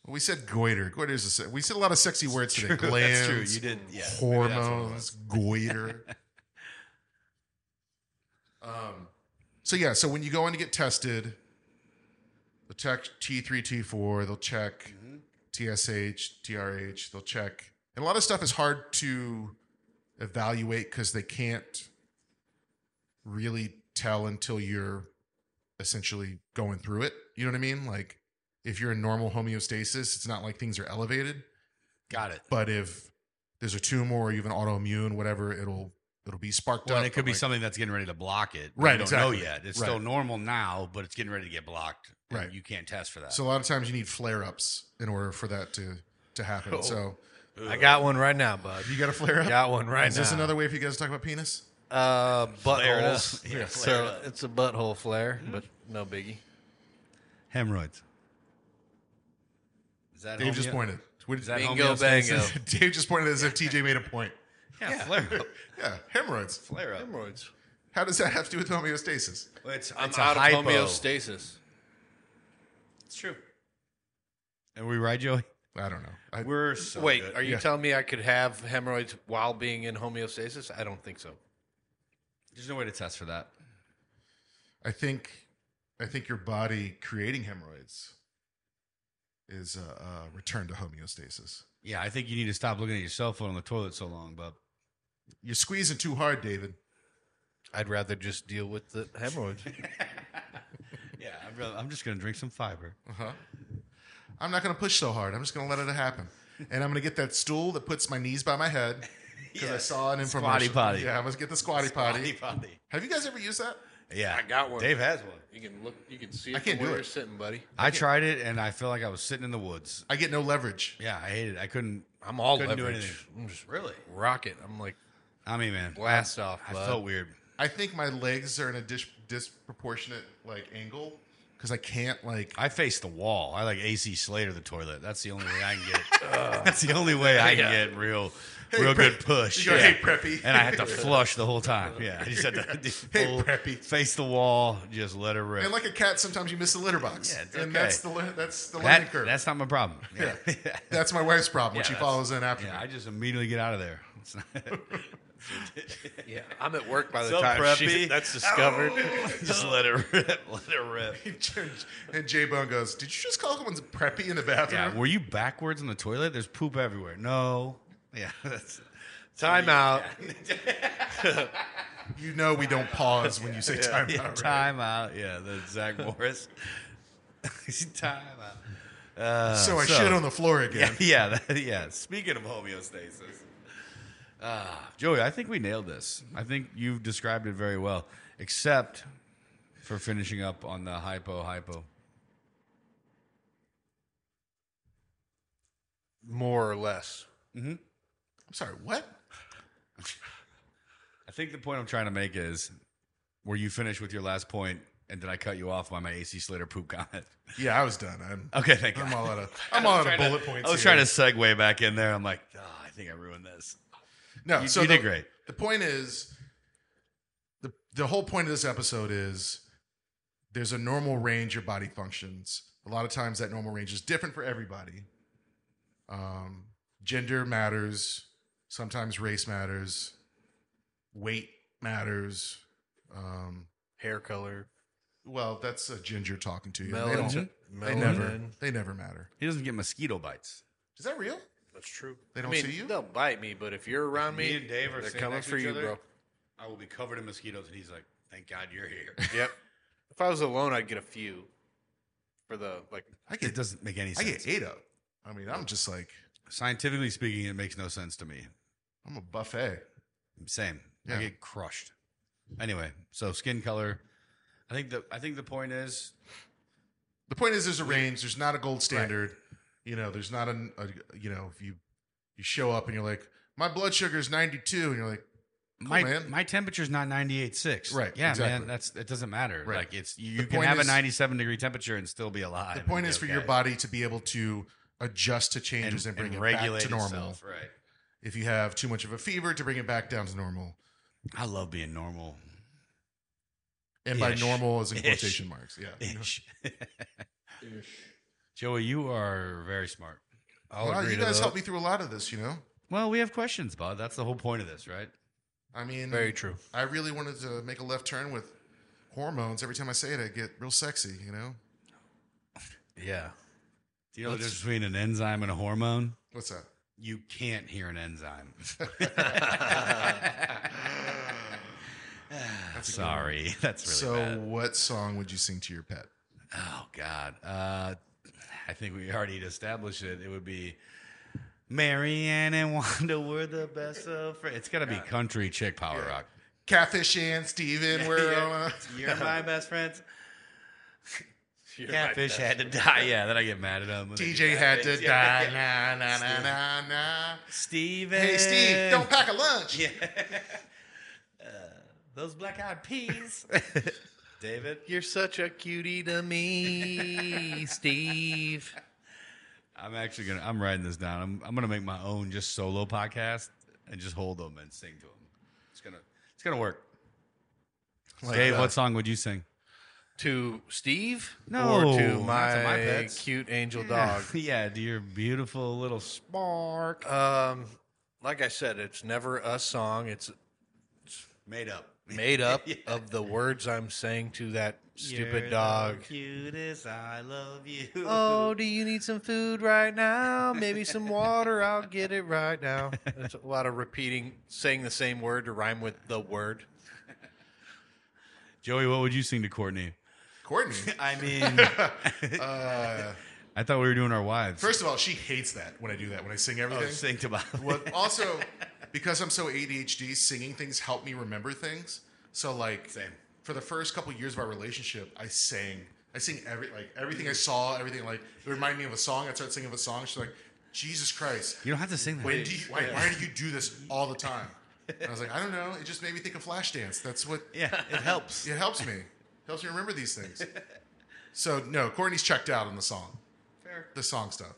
Speaker 1: We said goiter. Goiter is a se- we said a lot of sexy words today.
Speaker 2: True,
Speaker 1: Glands,
Speaker 2: That's true. You did. Yeah. Maybe that's what it
Speaker 1: hormones,
Speaker 2: was.
Speaker 1: goiter. um, so yeah, so when you go in to get tested, they'll check T three, T four. They'll check
Speaker 2: Mm-hmm.
Speaker 1: TSH, TRH. They'll check, and a lot of stuff is hard to evaluate because they can't really tell until you're essentially going through it. You know what I mean? Like if you're in normal homeostasis, it's not like things are elevated.
Speaker 2: Got it.
Speaker 1: But if there's a tumor or you have an autoimmune, whatever, it'll it'll be sparked
Speaker 2: Well,
Speaker 1: up.
Speaker 2: and it could
Speaker 1: but,
Speaker 2: be
Speaker 1: like,
Speaker 2: something that's getting ready to block it. but
Speaker 1: Right,
Speaker 2: You don't
Speaker 1: exactly.
Speaker 2: know yet. It's
Speaker 1: Right.
Speaker 2: still normal now, but it's getting ready to get blocked. and
Speaker 1: Right.
Speaker 2: You can't test for that.
Speaker 1: So a lot of times you need flare ups in order for that to to
Speaker 2: Oh.
Speaker 1: happen. So
Speaker 4: I got one right now, bud.
Speaker 1: you got a flare up.
Speaker 4: Got one right
Speaker 1: Is
Speaker 4: now.
Speaker 1: this another way for you guys to talk about penis?
Speaker 4: uh,
Speaker 2: Flared up.
Speaker 4: buttholes?
Speaker 2: Yeah, flared
Speaker 4: so
Speaker 2: up.
Speaker 4: it's a butthole flare,
Speaker 3: Hmm?
Speaker 4: but no biggie.
Speaker 2: hemorrhoids. Is that
Speaker 1: Dave just
Speaker 2: homeo-
Speaker 1: pointed. What-
Speaker 2: Is that
Speaker 4: Bingo
Speaker 2: homeostasis?
Speaker 4: bango.
Speaker 1: Dave just pointed as if TJ made a point.
Speaker 2: Yeah, flare up.
Speaker 1: Yeah, hemorrhoids.
Speaker 2: Flare up.
Speaker 3: Hemorrhoids.
Speaker 1: How does that have to do with homeostasis?
Speaker 2: Well, It's,
Speaker 3: I'm
Speaker 2: it's
Speaker 3: out
Speaker 2: a
Speaker 3: of
Speaker 2: hypo.
Speaker 3: homeostasis.
Speaker 2: It's true. Are we right, Joey?
Speaker 1: I don't know. I,
Speaker 2: We're so
Speaker 3: Wait,
Speaker 2: good.
Speaker 3: are you telling me I could have hemorrhoids while being in homeostasis? I don't think so.
Speaker 2: There's no way to test for that.
Speaker 1: I think, I think your body creating hemorrhoids is a, a return to homeostasis.
Speaker 2: Yeah, I think you need to stop looking at your cell phone on the toilet so long, bub.
Speaker 1: You're squeezing too hard, David.
Speaker 3: I'd rather just deal with the hemorrhoids.
Speaker 2: Yeah, I'm, really, I'm just gonna drink some fiber.
Speaker 1: I'm not going to push so hard. I'm just going to let it happen. And I'm going to get that stool that puts my knees by my head because I saw an infomercial.
Speaker 2: Squatty potty.
Speaker 1: Yeah, I'm going to get the squatty, potty.
Speaker 2: potty.
Speaker 1: Have you guys ever used that?
Speaker 2: Yeah,
Speaker 3: I got one.
Speaker 2: Dave has one.
Speaker 3: you can look. You can see.
Speaker 1: I
Speaker 3: from
Speaker 1: can't do
Speaker 3: where
Speaker 1: it.
Speaker 3: You're sitting, buddy.
Speaker 2: I tried it and I feel like I was sitting in the woods.
Speaker 1: I get no leverage.
Speaker 2: Yeah, I hated it. I couldn't.
Speaker 3: I'm all
Speaker 2: Couldn't do
Speaker 3: leverage.
Speaker 2: anything.
Speaker 3: I'm just
Speaker 2: Really?
Speaker 3: rocket. I'm like
Speaker 2: I mean, man,
Speaker 3: blast off.
Speaker 2: I
Speaker 3: bud.
Speaker 2: felt weird.
Speaker 1: I think my legs are in a dis- disproportionate like angle because I can't like.
Speaker 2: I faced the wall. I like AC Slater the toilet. That's the only way I can get. that's the only way I can
Speaker 3: Yeah.
Speaker 2: get real, real
Speaker 1: pre-
Speaker 2: good push.
Speaker 1: You go,
Speaker 2: Yeah.
Speaker 1: "Hey, preppy."
Speaker 2: and I had to flush the whole time. Yeah, I just had to
Speaker 1: Hey,
Speaker 2: full-
Speaker 1: preppy.
Speaker 2: face the wall, just let it rip.
Speaker 1: And like a cat, sometimes you miss the litter box,
Speaker 2: Yeah, it's
Speaker 1: and
Speaker 2: okay.
Speaker 1: that's the le- that's the learning
Speaker 2: that,
Speaker 1: curve.
Speaker 2: that's not my problem. Yeah, yeah.
Speaker 1: That's my wife's problem when she
Speaker 2: that's-
Speaker 1: follows in after
Speaker 2: yeah, I
Speaker 1: me.
Speaker 2: just immediately get out of there. It's not,
Speaker 3: Yeah, I'm at work by the
Speaker 2: So
Speaker 3: time she,
Speaker 2: preppy.
Speaker 3: that's discovered.
Speaker 2: Oh, just let it rip. Let it rip.
Speaker 1: and Jay Bone goes, "Did you just call someone's preppy in the
Speaker 2: Yeah,
Speaker 1: bathroom?"
Speaker 2: were you backwards in the toilet? There's poop everywhere. No. Yeah, that's
Speaker 3: Time out.
Speaker 1: you know we don't pause when you say time
Speaker 2: yeah,
Speaker 1: out. right?
Speaker 2: time out. Yeah, the Zach Morris. time out.
Speaker 1: So I
Speaker 2: so-
Speaker 1: shit on the floor
Speaker 2: Yeah,
Speaker 1: again.
Speaker 2: yeah, that- yeah. Speaking of homeostasis, ah, Joey, I think we nailed this. I think you've described it very well, except for finishing up on the hypo hypo.
Speaker 3: More or less.
Speaker 1: I'm sorry, what?
Speaker 2: I think the point I'm trying to make is where you finish with your last point, and did I cut you off by my AC Slater poop comment?
Speaker 1: Yeah, I was done. I'm
Speaker 2: Okay, thank you.
Speaker 1: I'm all out of I'm all out of bullet points.
Speaker 2: I was
Speaker 1: here.
Speaker 2: trying to segue back in there. I'm like, ah, I think I ruined this.
Speaker 1: No,
Speaker 2: You-
Speaker 1: so
Speaker 2: you
Speaker 1: the,
Speaker 2: did great.
Speaker 1: The point is, the the whole point of this episode is there's a normal range your body functions. A lot of times that normal range is different for everybody. Um, gender matters. Sometimes race matters. Weight matters. Um,
Speaker 3: Hair color.
Speaker 1: well, that's a ginger talking to you. They, don't-
Speaker 3: Melanin.
Speaker 1: they never. They never matter.
Speaker 2: He doesn't get mosquito bites.
Speaker 1: Is that real?
Speaker 3: That's true.
Speaker 1: They don't
Speaker 3: I mean,
Speaker 1: see you?
Speaker 3: They'll bite me, but if you're around me,
Speaker 2: Me and Dave are
Speaker 3: they're
Speaker 2: sitting
Speaker 3: coming
Speaker 2: next to
Speaker 3: for
Speaker 2: each
Speaker 3: you,
Speaker 2: other.
Speaker 3: bro.
Speaker 2: I will be covered in mosquitoes, and he's like, "Thank God you're here."
Speaker 3: Yep. If I was alone, I'd get a few for the like.
Speaker 1: I get
Speaker 2: It doesn't make any
Speaker 1: I
Speaker 2: sense.
Speaker 1: get ate up. I mean, I'm just like
Speaker 2: Scientifically speaking, it makes no sense to me.
Speaker 1: I'm a buffet.
Speaker 2: Same.
Speaker 1: Yeah.
Speaker 2: I get crushed. Anyway, so skin color. I think the I think the point is
Speaker 1: the point is there's a range there's not a gold standard you know there's not a, a- you know if you you show up and you're like my blood sugar is 92 and you're like
Speaker 2: my
Speaker 1: man.
Speaker 2: my temperature's not ninety eight six.
Speaker 1: Right,
Speaker 2: Yeah,
Speaker 1: exactly.
Speaker 2: man. That's it doesn't matter.
Speaker 1: Right.
Speaker 2: Like it's you, you can
Speaker 1: point
Speaker 2: have
Speaker 1: is-
Speaker 2: a ninety seven degree temperature and still be alive.
Speaker 1: the point
Speaker 2: and
Speaker 1: is
Speaker 2: be
Speaker 1: for your
Speaker 2: okay.
Speaker 1: body to be able to adjust to changes and, bring it back to normal
Speaker 2: itself, Right.
Speaker 1: if you have too much of a fever to bring it back down to normal
Speaker 2: I love being normal.
Speaker 1: and by
Speaker 2: Ish.
Speaker 1: normal is in
Speaker 2: Ish.
Speaker 1: quotation marks yeah
Speaker 2: Joey, you are very smart.
Speaker 3: I'll
Speaker 1: well,
Speaker 3: agree
Speaker 1: you
Speaker 3: to
Speaker 1: guys
Speaker 3: that.
Speaker 1: helped me through a lot of this you know
Speaker 2: Well, we have questions, bud. That's the whole point of this, right?
Speaker 1: i mean
Speaker 3: Very true.
Speaker 1: i really wanted to make a left turn with hormones every time i say it i get real sexy you know
Speaker 3: Yeah.
Speaker 2: Do you know the difference between an enzyme and a hormone?
Speaker 1: what's that
Speaker 2: You can't hear an enzyme. Sorry, that's really
Speaker 1: so
Speaker 2: bad.
Speaker 1: what song would you sing to your pet
Speaker 2: Oh God, uh, I think we already established it. It would be Marianne and Wanda were the best of friends. It's got to be country chick power rock.
Speaker 1: Catfish and Steven were on.
Speaker 2: You're my best friends.
Speaker 3: You're
Speaker 2: Catfish
Speaker 3: right.
Speaker 2: had to die. Yeah, then I get mad at him. when they do
Speaker 1: DJ
Speaker 2: that
Speaker 1: had
Speaker 2: thing.
Speaker 1: to
Speaker 2: Yeah,
Speaker 1: die.
Speaker 2: yeah.
Speaker 1: Nah, nah, nah, nah, nah.
Speaker 2: Steven.
Speaker 1: Hey, Steve, don't pack a lunch.
Speaker 2: Yeah. Uh, those black eyed peas. David.
Speaker 3: You're such a cutie to me, Steve.
Speaker 2: I'm actually gonna. I'm writing this down. I'm. I'm gonna make my own just solo podcast and just hold them and sing to them. It's gonna it's gonna work.
Speaker 3: Like,
Speaker 2: Dave,
Speaker 3: uh,
Speaker 2: what song would you sing?
Speaker 3: to Steve?
Speaker 2: No,
Speaker 3: or to
Speaker 2: not to
Speaker 3: my,
Speaker 2: my pets.
Speaker 3: cute angel dog.
Speaker 2: yeah, to your beautiful little spark.
Speaker 3: Um, like I said, it's never a song. It's
Speaker 2: Made up.
Speaker 3: made up of the words I'm saying to that stupid dog.
Speaker 2: cutest. I love you.
Speaker 3: Oh, do you need some food right now? Maybe some water. I'll get it right now. That's a lot of repeating, saying the same word to rhyme with the word.
Speaker 2: Joey, what would you sing to Courtney?
Speaker 1: Courtney.
Speaker 2: I mean,
Speaker 1: Uh,
Speaker 2: I thought we were doing our wives.
Speaker 1: first of all, she hates that when I do that. When I sing everything.
Speaker 2: sing to Bob.
Speaker 1: But also, because I'm so ADHD, singing things help me remember things. So like, for the first couple years of our relationship, I sang. I sing every like everything I
Speaker 2: Mm-hmm.
Speaker 1: saw, everything like it reminded me of a song. I started singing of a song. She's like, Jesus Christ,
Speaker 2: You don't have to sing that.
Speaker 1: when do you, why, why do you do this all the time? And I was like, I don't know. It just made me think of Flashdance. That's what
Speaker 2: yeah, it helps.
Speaker 1: it helps me. helps me remember these things. So no, Courtney's checked out on the song. Fair. The song stuff.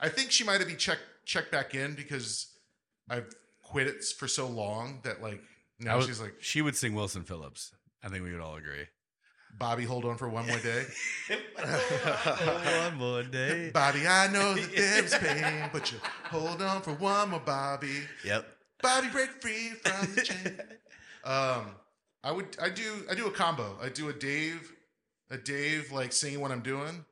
Speaker 1: I think she might have been checked checked back in because I've quit it for so long that like
Speaker 2: I
Speaker 1: now
Speaker 2: was-
Speaker 1: she's like,
Speaker 2: she would sing Wilson Phillips. I think we would all agree.
Speaker 1: Bobby, hold on for one more day.
Speaker 2: One more day.
Speaker 1: Bobby, I know that there's pain, but you hold on for one more Bobby.
Speaker 2: Yep.
Speaker 1: Bobby break free from the chain. um, I would I do I do a combo. I do a Dave, a Dave like singing what I'm doing.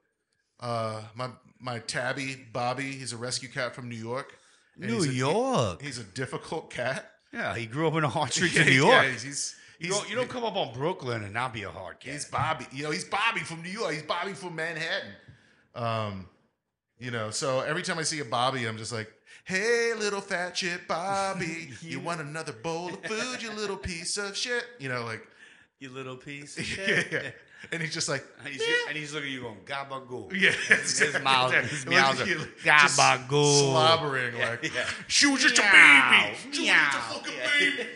Speaker 1: Uh, my my tabby Bobby, he's a rescue cat from New York. And
Speaker 2: New
Speaker 1: he's a-
Speaker 2: York.
Speaker 1: he's a difficult cat.
Speaker 2: yeah, he grew up in a Hawtree,
Speaker 1: Yeah,
Speaker 2: New York.
Speaker 1: he's he's,
Speaker 2: you, don't, you don't come up on Brooklyn and not be a hard cat.
Speaker 1: he's Bobby. You know he's Bobby from New York. He's Bobby from Manhattan. Um, you know, so every time I see a Bobby, I'm just like, "Hey, little fat shit, Bobby, you want another bowl of food, you little piece of shit." You know, like
Speaker 2: you little piece.
Speaker 1: yeah, yeah. And he's just like,
Speaker 2: And he's, and he's looking at you going, gabagoo.
Speaker 1: yeah,
Speaker 2: His, his mouth, his
Speaker 1: It
Speaker 2: meows
Speaker 1: looks
Speaker 2: are,
Speaker 1: like he- just
Speaker 2: gabagoo.
Speaker 1: slobbering like,
Speaker 2: yeah.
Speaker 1: she was just
Speaker 2: Meow,
Speaker 1: a baby, she was
Speaker 2: meow."
Speaker 1: just a fucking baby.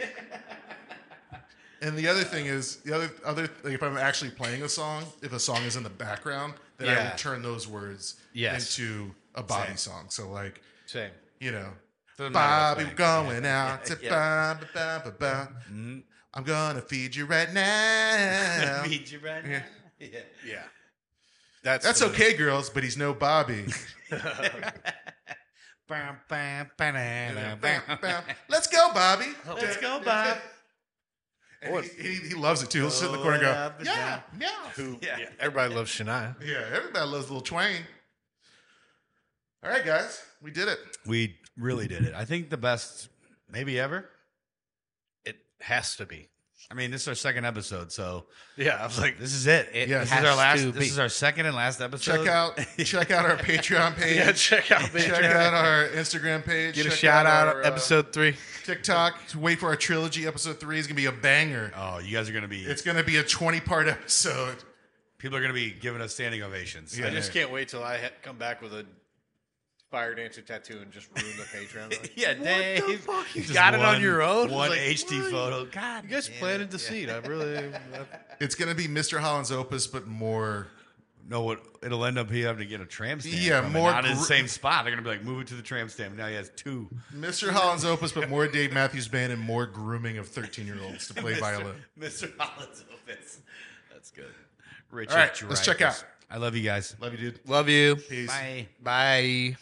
Speaker 1: And the other thing is, the other other like if I'm actually playing a song, if a song is in the background, then I
Speaker 3: Yeah.
Speaker 1: would turn those words
Speaker 3: Yes.
Speaker 1: into a Bobby song. So like,
Speaker 3: Same.
Speaker 1: you know,
Speaker 2: Doesn't matter
Speaker 1: Bobby,
Speaker 2: what
Speaker 1: we're
Speaker 2: thing.
Speaker 1: going out to
Speaker 2: yeah.
Speaker 1: Bobby, Bobby, Bobby.
Speaker 2: "Mm,
Speaker 1: I'm gonna feed you right now.
Speaker 2: Feed you right now. Yeah.
Speaker 3: Yeah. That's
Speaker 1: That's
Speaker 3: the-
Speaker 1: okay, girls, but he's no Bobby.
Speaker 2: Bam, bam, ba-da,
Speaker 1: Bam,
Speaker 2: bam.
Speaker 1: bam. Let's go, Bobby.
Speaker 2: Let's go, Bob.
Speaker 1: And he, he, he loves it too. He'll sit
Speaker 3: Oh,
Speaker 1: in the corner and
Speaker 2: Go
Speaker 1: go,
Speaker 2: up and
Speaker 1: yeah, yeah.
Speaker 3: Who,
Speaker 2: Yeah.
Speaker 3: yeah, Everybody loves Shania.
Speaker 1: Yeah, everybody loves Lil Twain. All right, guys, we did it.
Speaker 2: We really did it. I think the best, maybe ever.
Speaker 3: It has to be.
Speaker 2: I mean, this is our second episode, so
Speaker 3: Yeah, I was like,
Speaker 2: this is it. it
Speaker 1: Yeah,
Speaker 2: this
Speaker 1: it
Speaker 2: is our
Speaker 1: has
Speaker 2: last.
Speaker 3: to
Speaker 2: This
Speaker 3: be.
Speaker 2: is our second and last episode.
Speaker 1: Check out check out our Patreon page.
Speaker 3: yeah, check out the
Speaker 1: check out our Instagram page.
Speaker 3: Get a
Speaker 1: check
Speaker 3: shout out,
Speaker 1: our, uh,
Speaker 3: episode three.
Speaker 1: TikTok. Wait for our trilogy. Episode three is gonna be a banger.
Speaker 2: Oh, you guys are gonna be.
Speaker 1: It's gonna be a twenty part episode.
Speaker 2: people are gonna be giving us standing ovations.
Speaker 1: Yeah.
Speaker 2: I just
Speaker 3: can't wait till I ha- come back with a fire dancer tattoo and just ruin the Patreon. Like,
Speaker 2: yeah, Dave.
Speaker 3: fuck? You
Speaker 2: Just
Speaker 3: got it
Speaker 2: one-
Speaker 3: on your own?
Speaker 2: One
Speaker 3: Like,
Speaker 2: HD
Speaker 3: what?
Speaker 2: photo. God,
Speaker 3: You guys
Speaker 2: damn
Speaker 3: planted
Speaker 2: it.
Speaker 3: the seed. I really.
Speaker 1: It's gonna be Mr. Holland's opus, but more.
Speaker 2: No, it, it'll end up he having to get a tram stamp.
Speaker 1: Yeah,
Speaker 2: from it,
Speaker 1: more
Speaker 2: not in the
Speaker 1: gr-
Speaker 2: same spot. They're gonna be like, move it to the tram stamp. Now he has two.
Speaker 1: Mr. Holland's opus, but more Dave Matthews Band and more grooming of 13 year olds to play violin.
Speaker 2: Mr. Holland's office. That's good. Richard.
Speaker 1: right, let's check
Speaker 2: Dreyfuss.
Speaker 1: out.
Speaker 2: I love you guys.
Speaker 1: Love you, dude.
Speaker 3: Love you.
Speaker 1: Peace.
Speaker 2: Bye.
Speaker 3: Bye.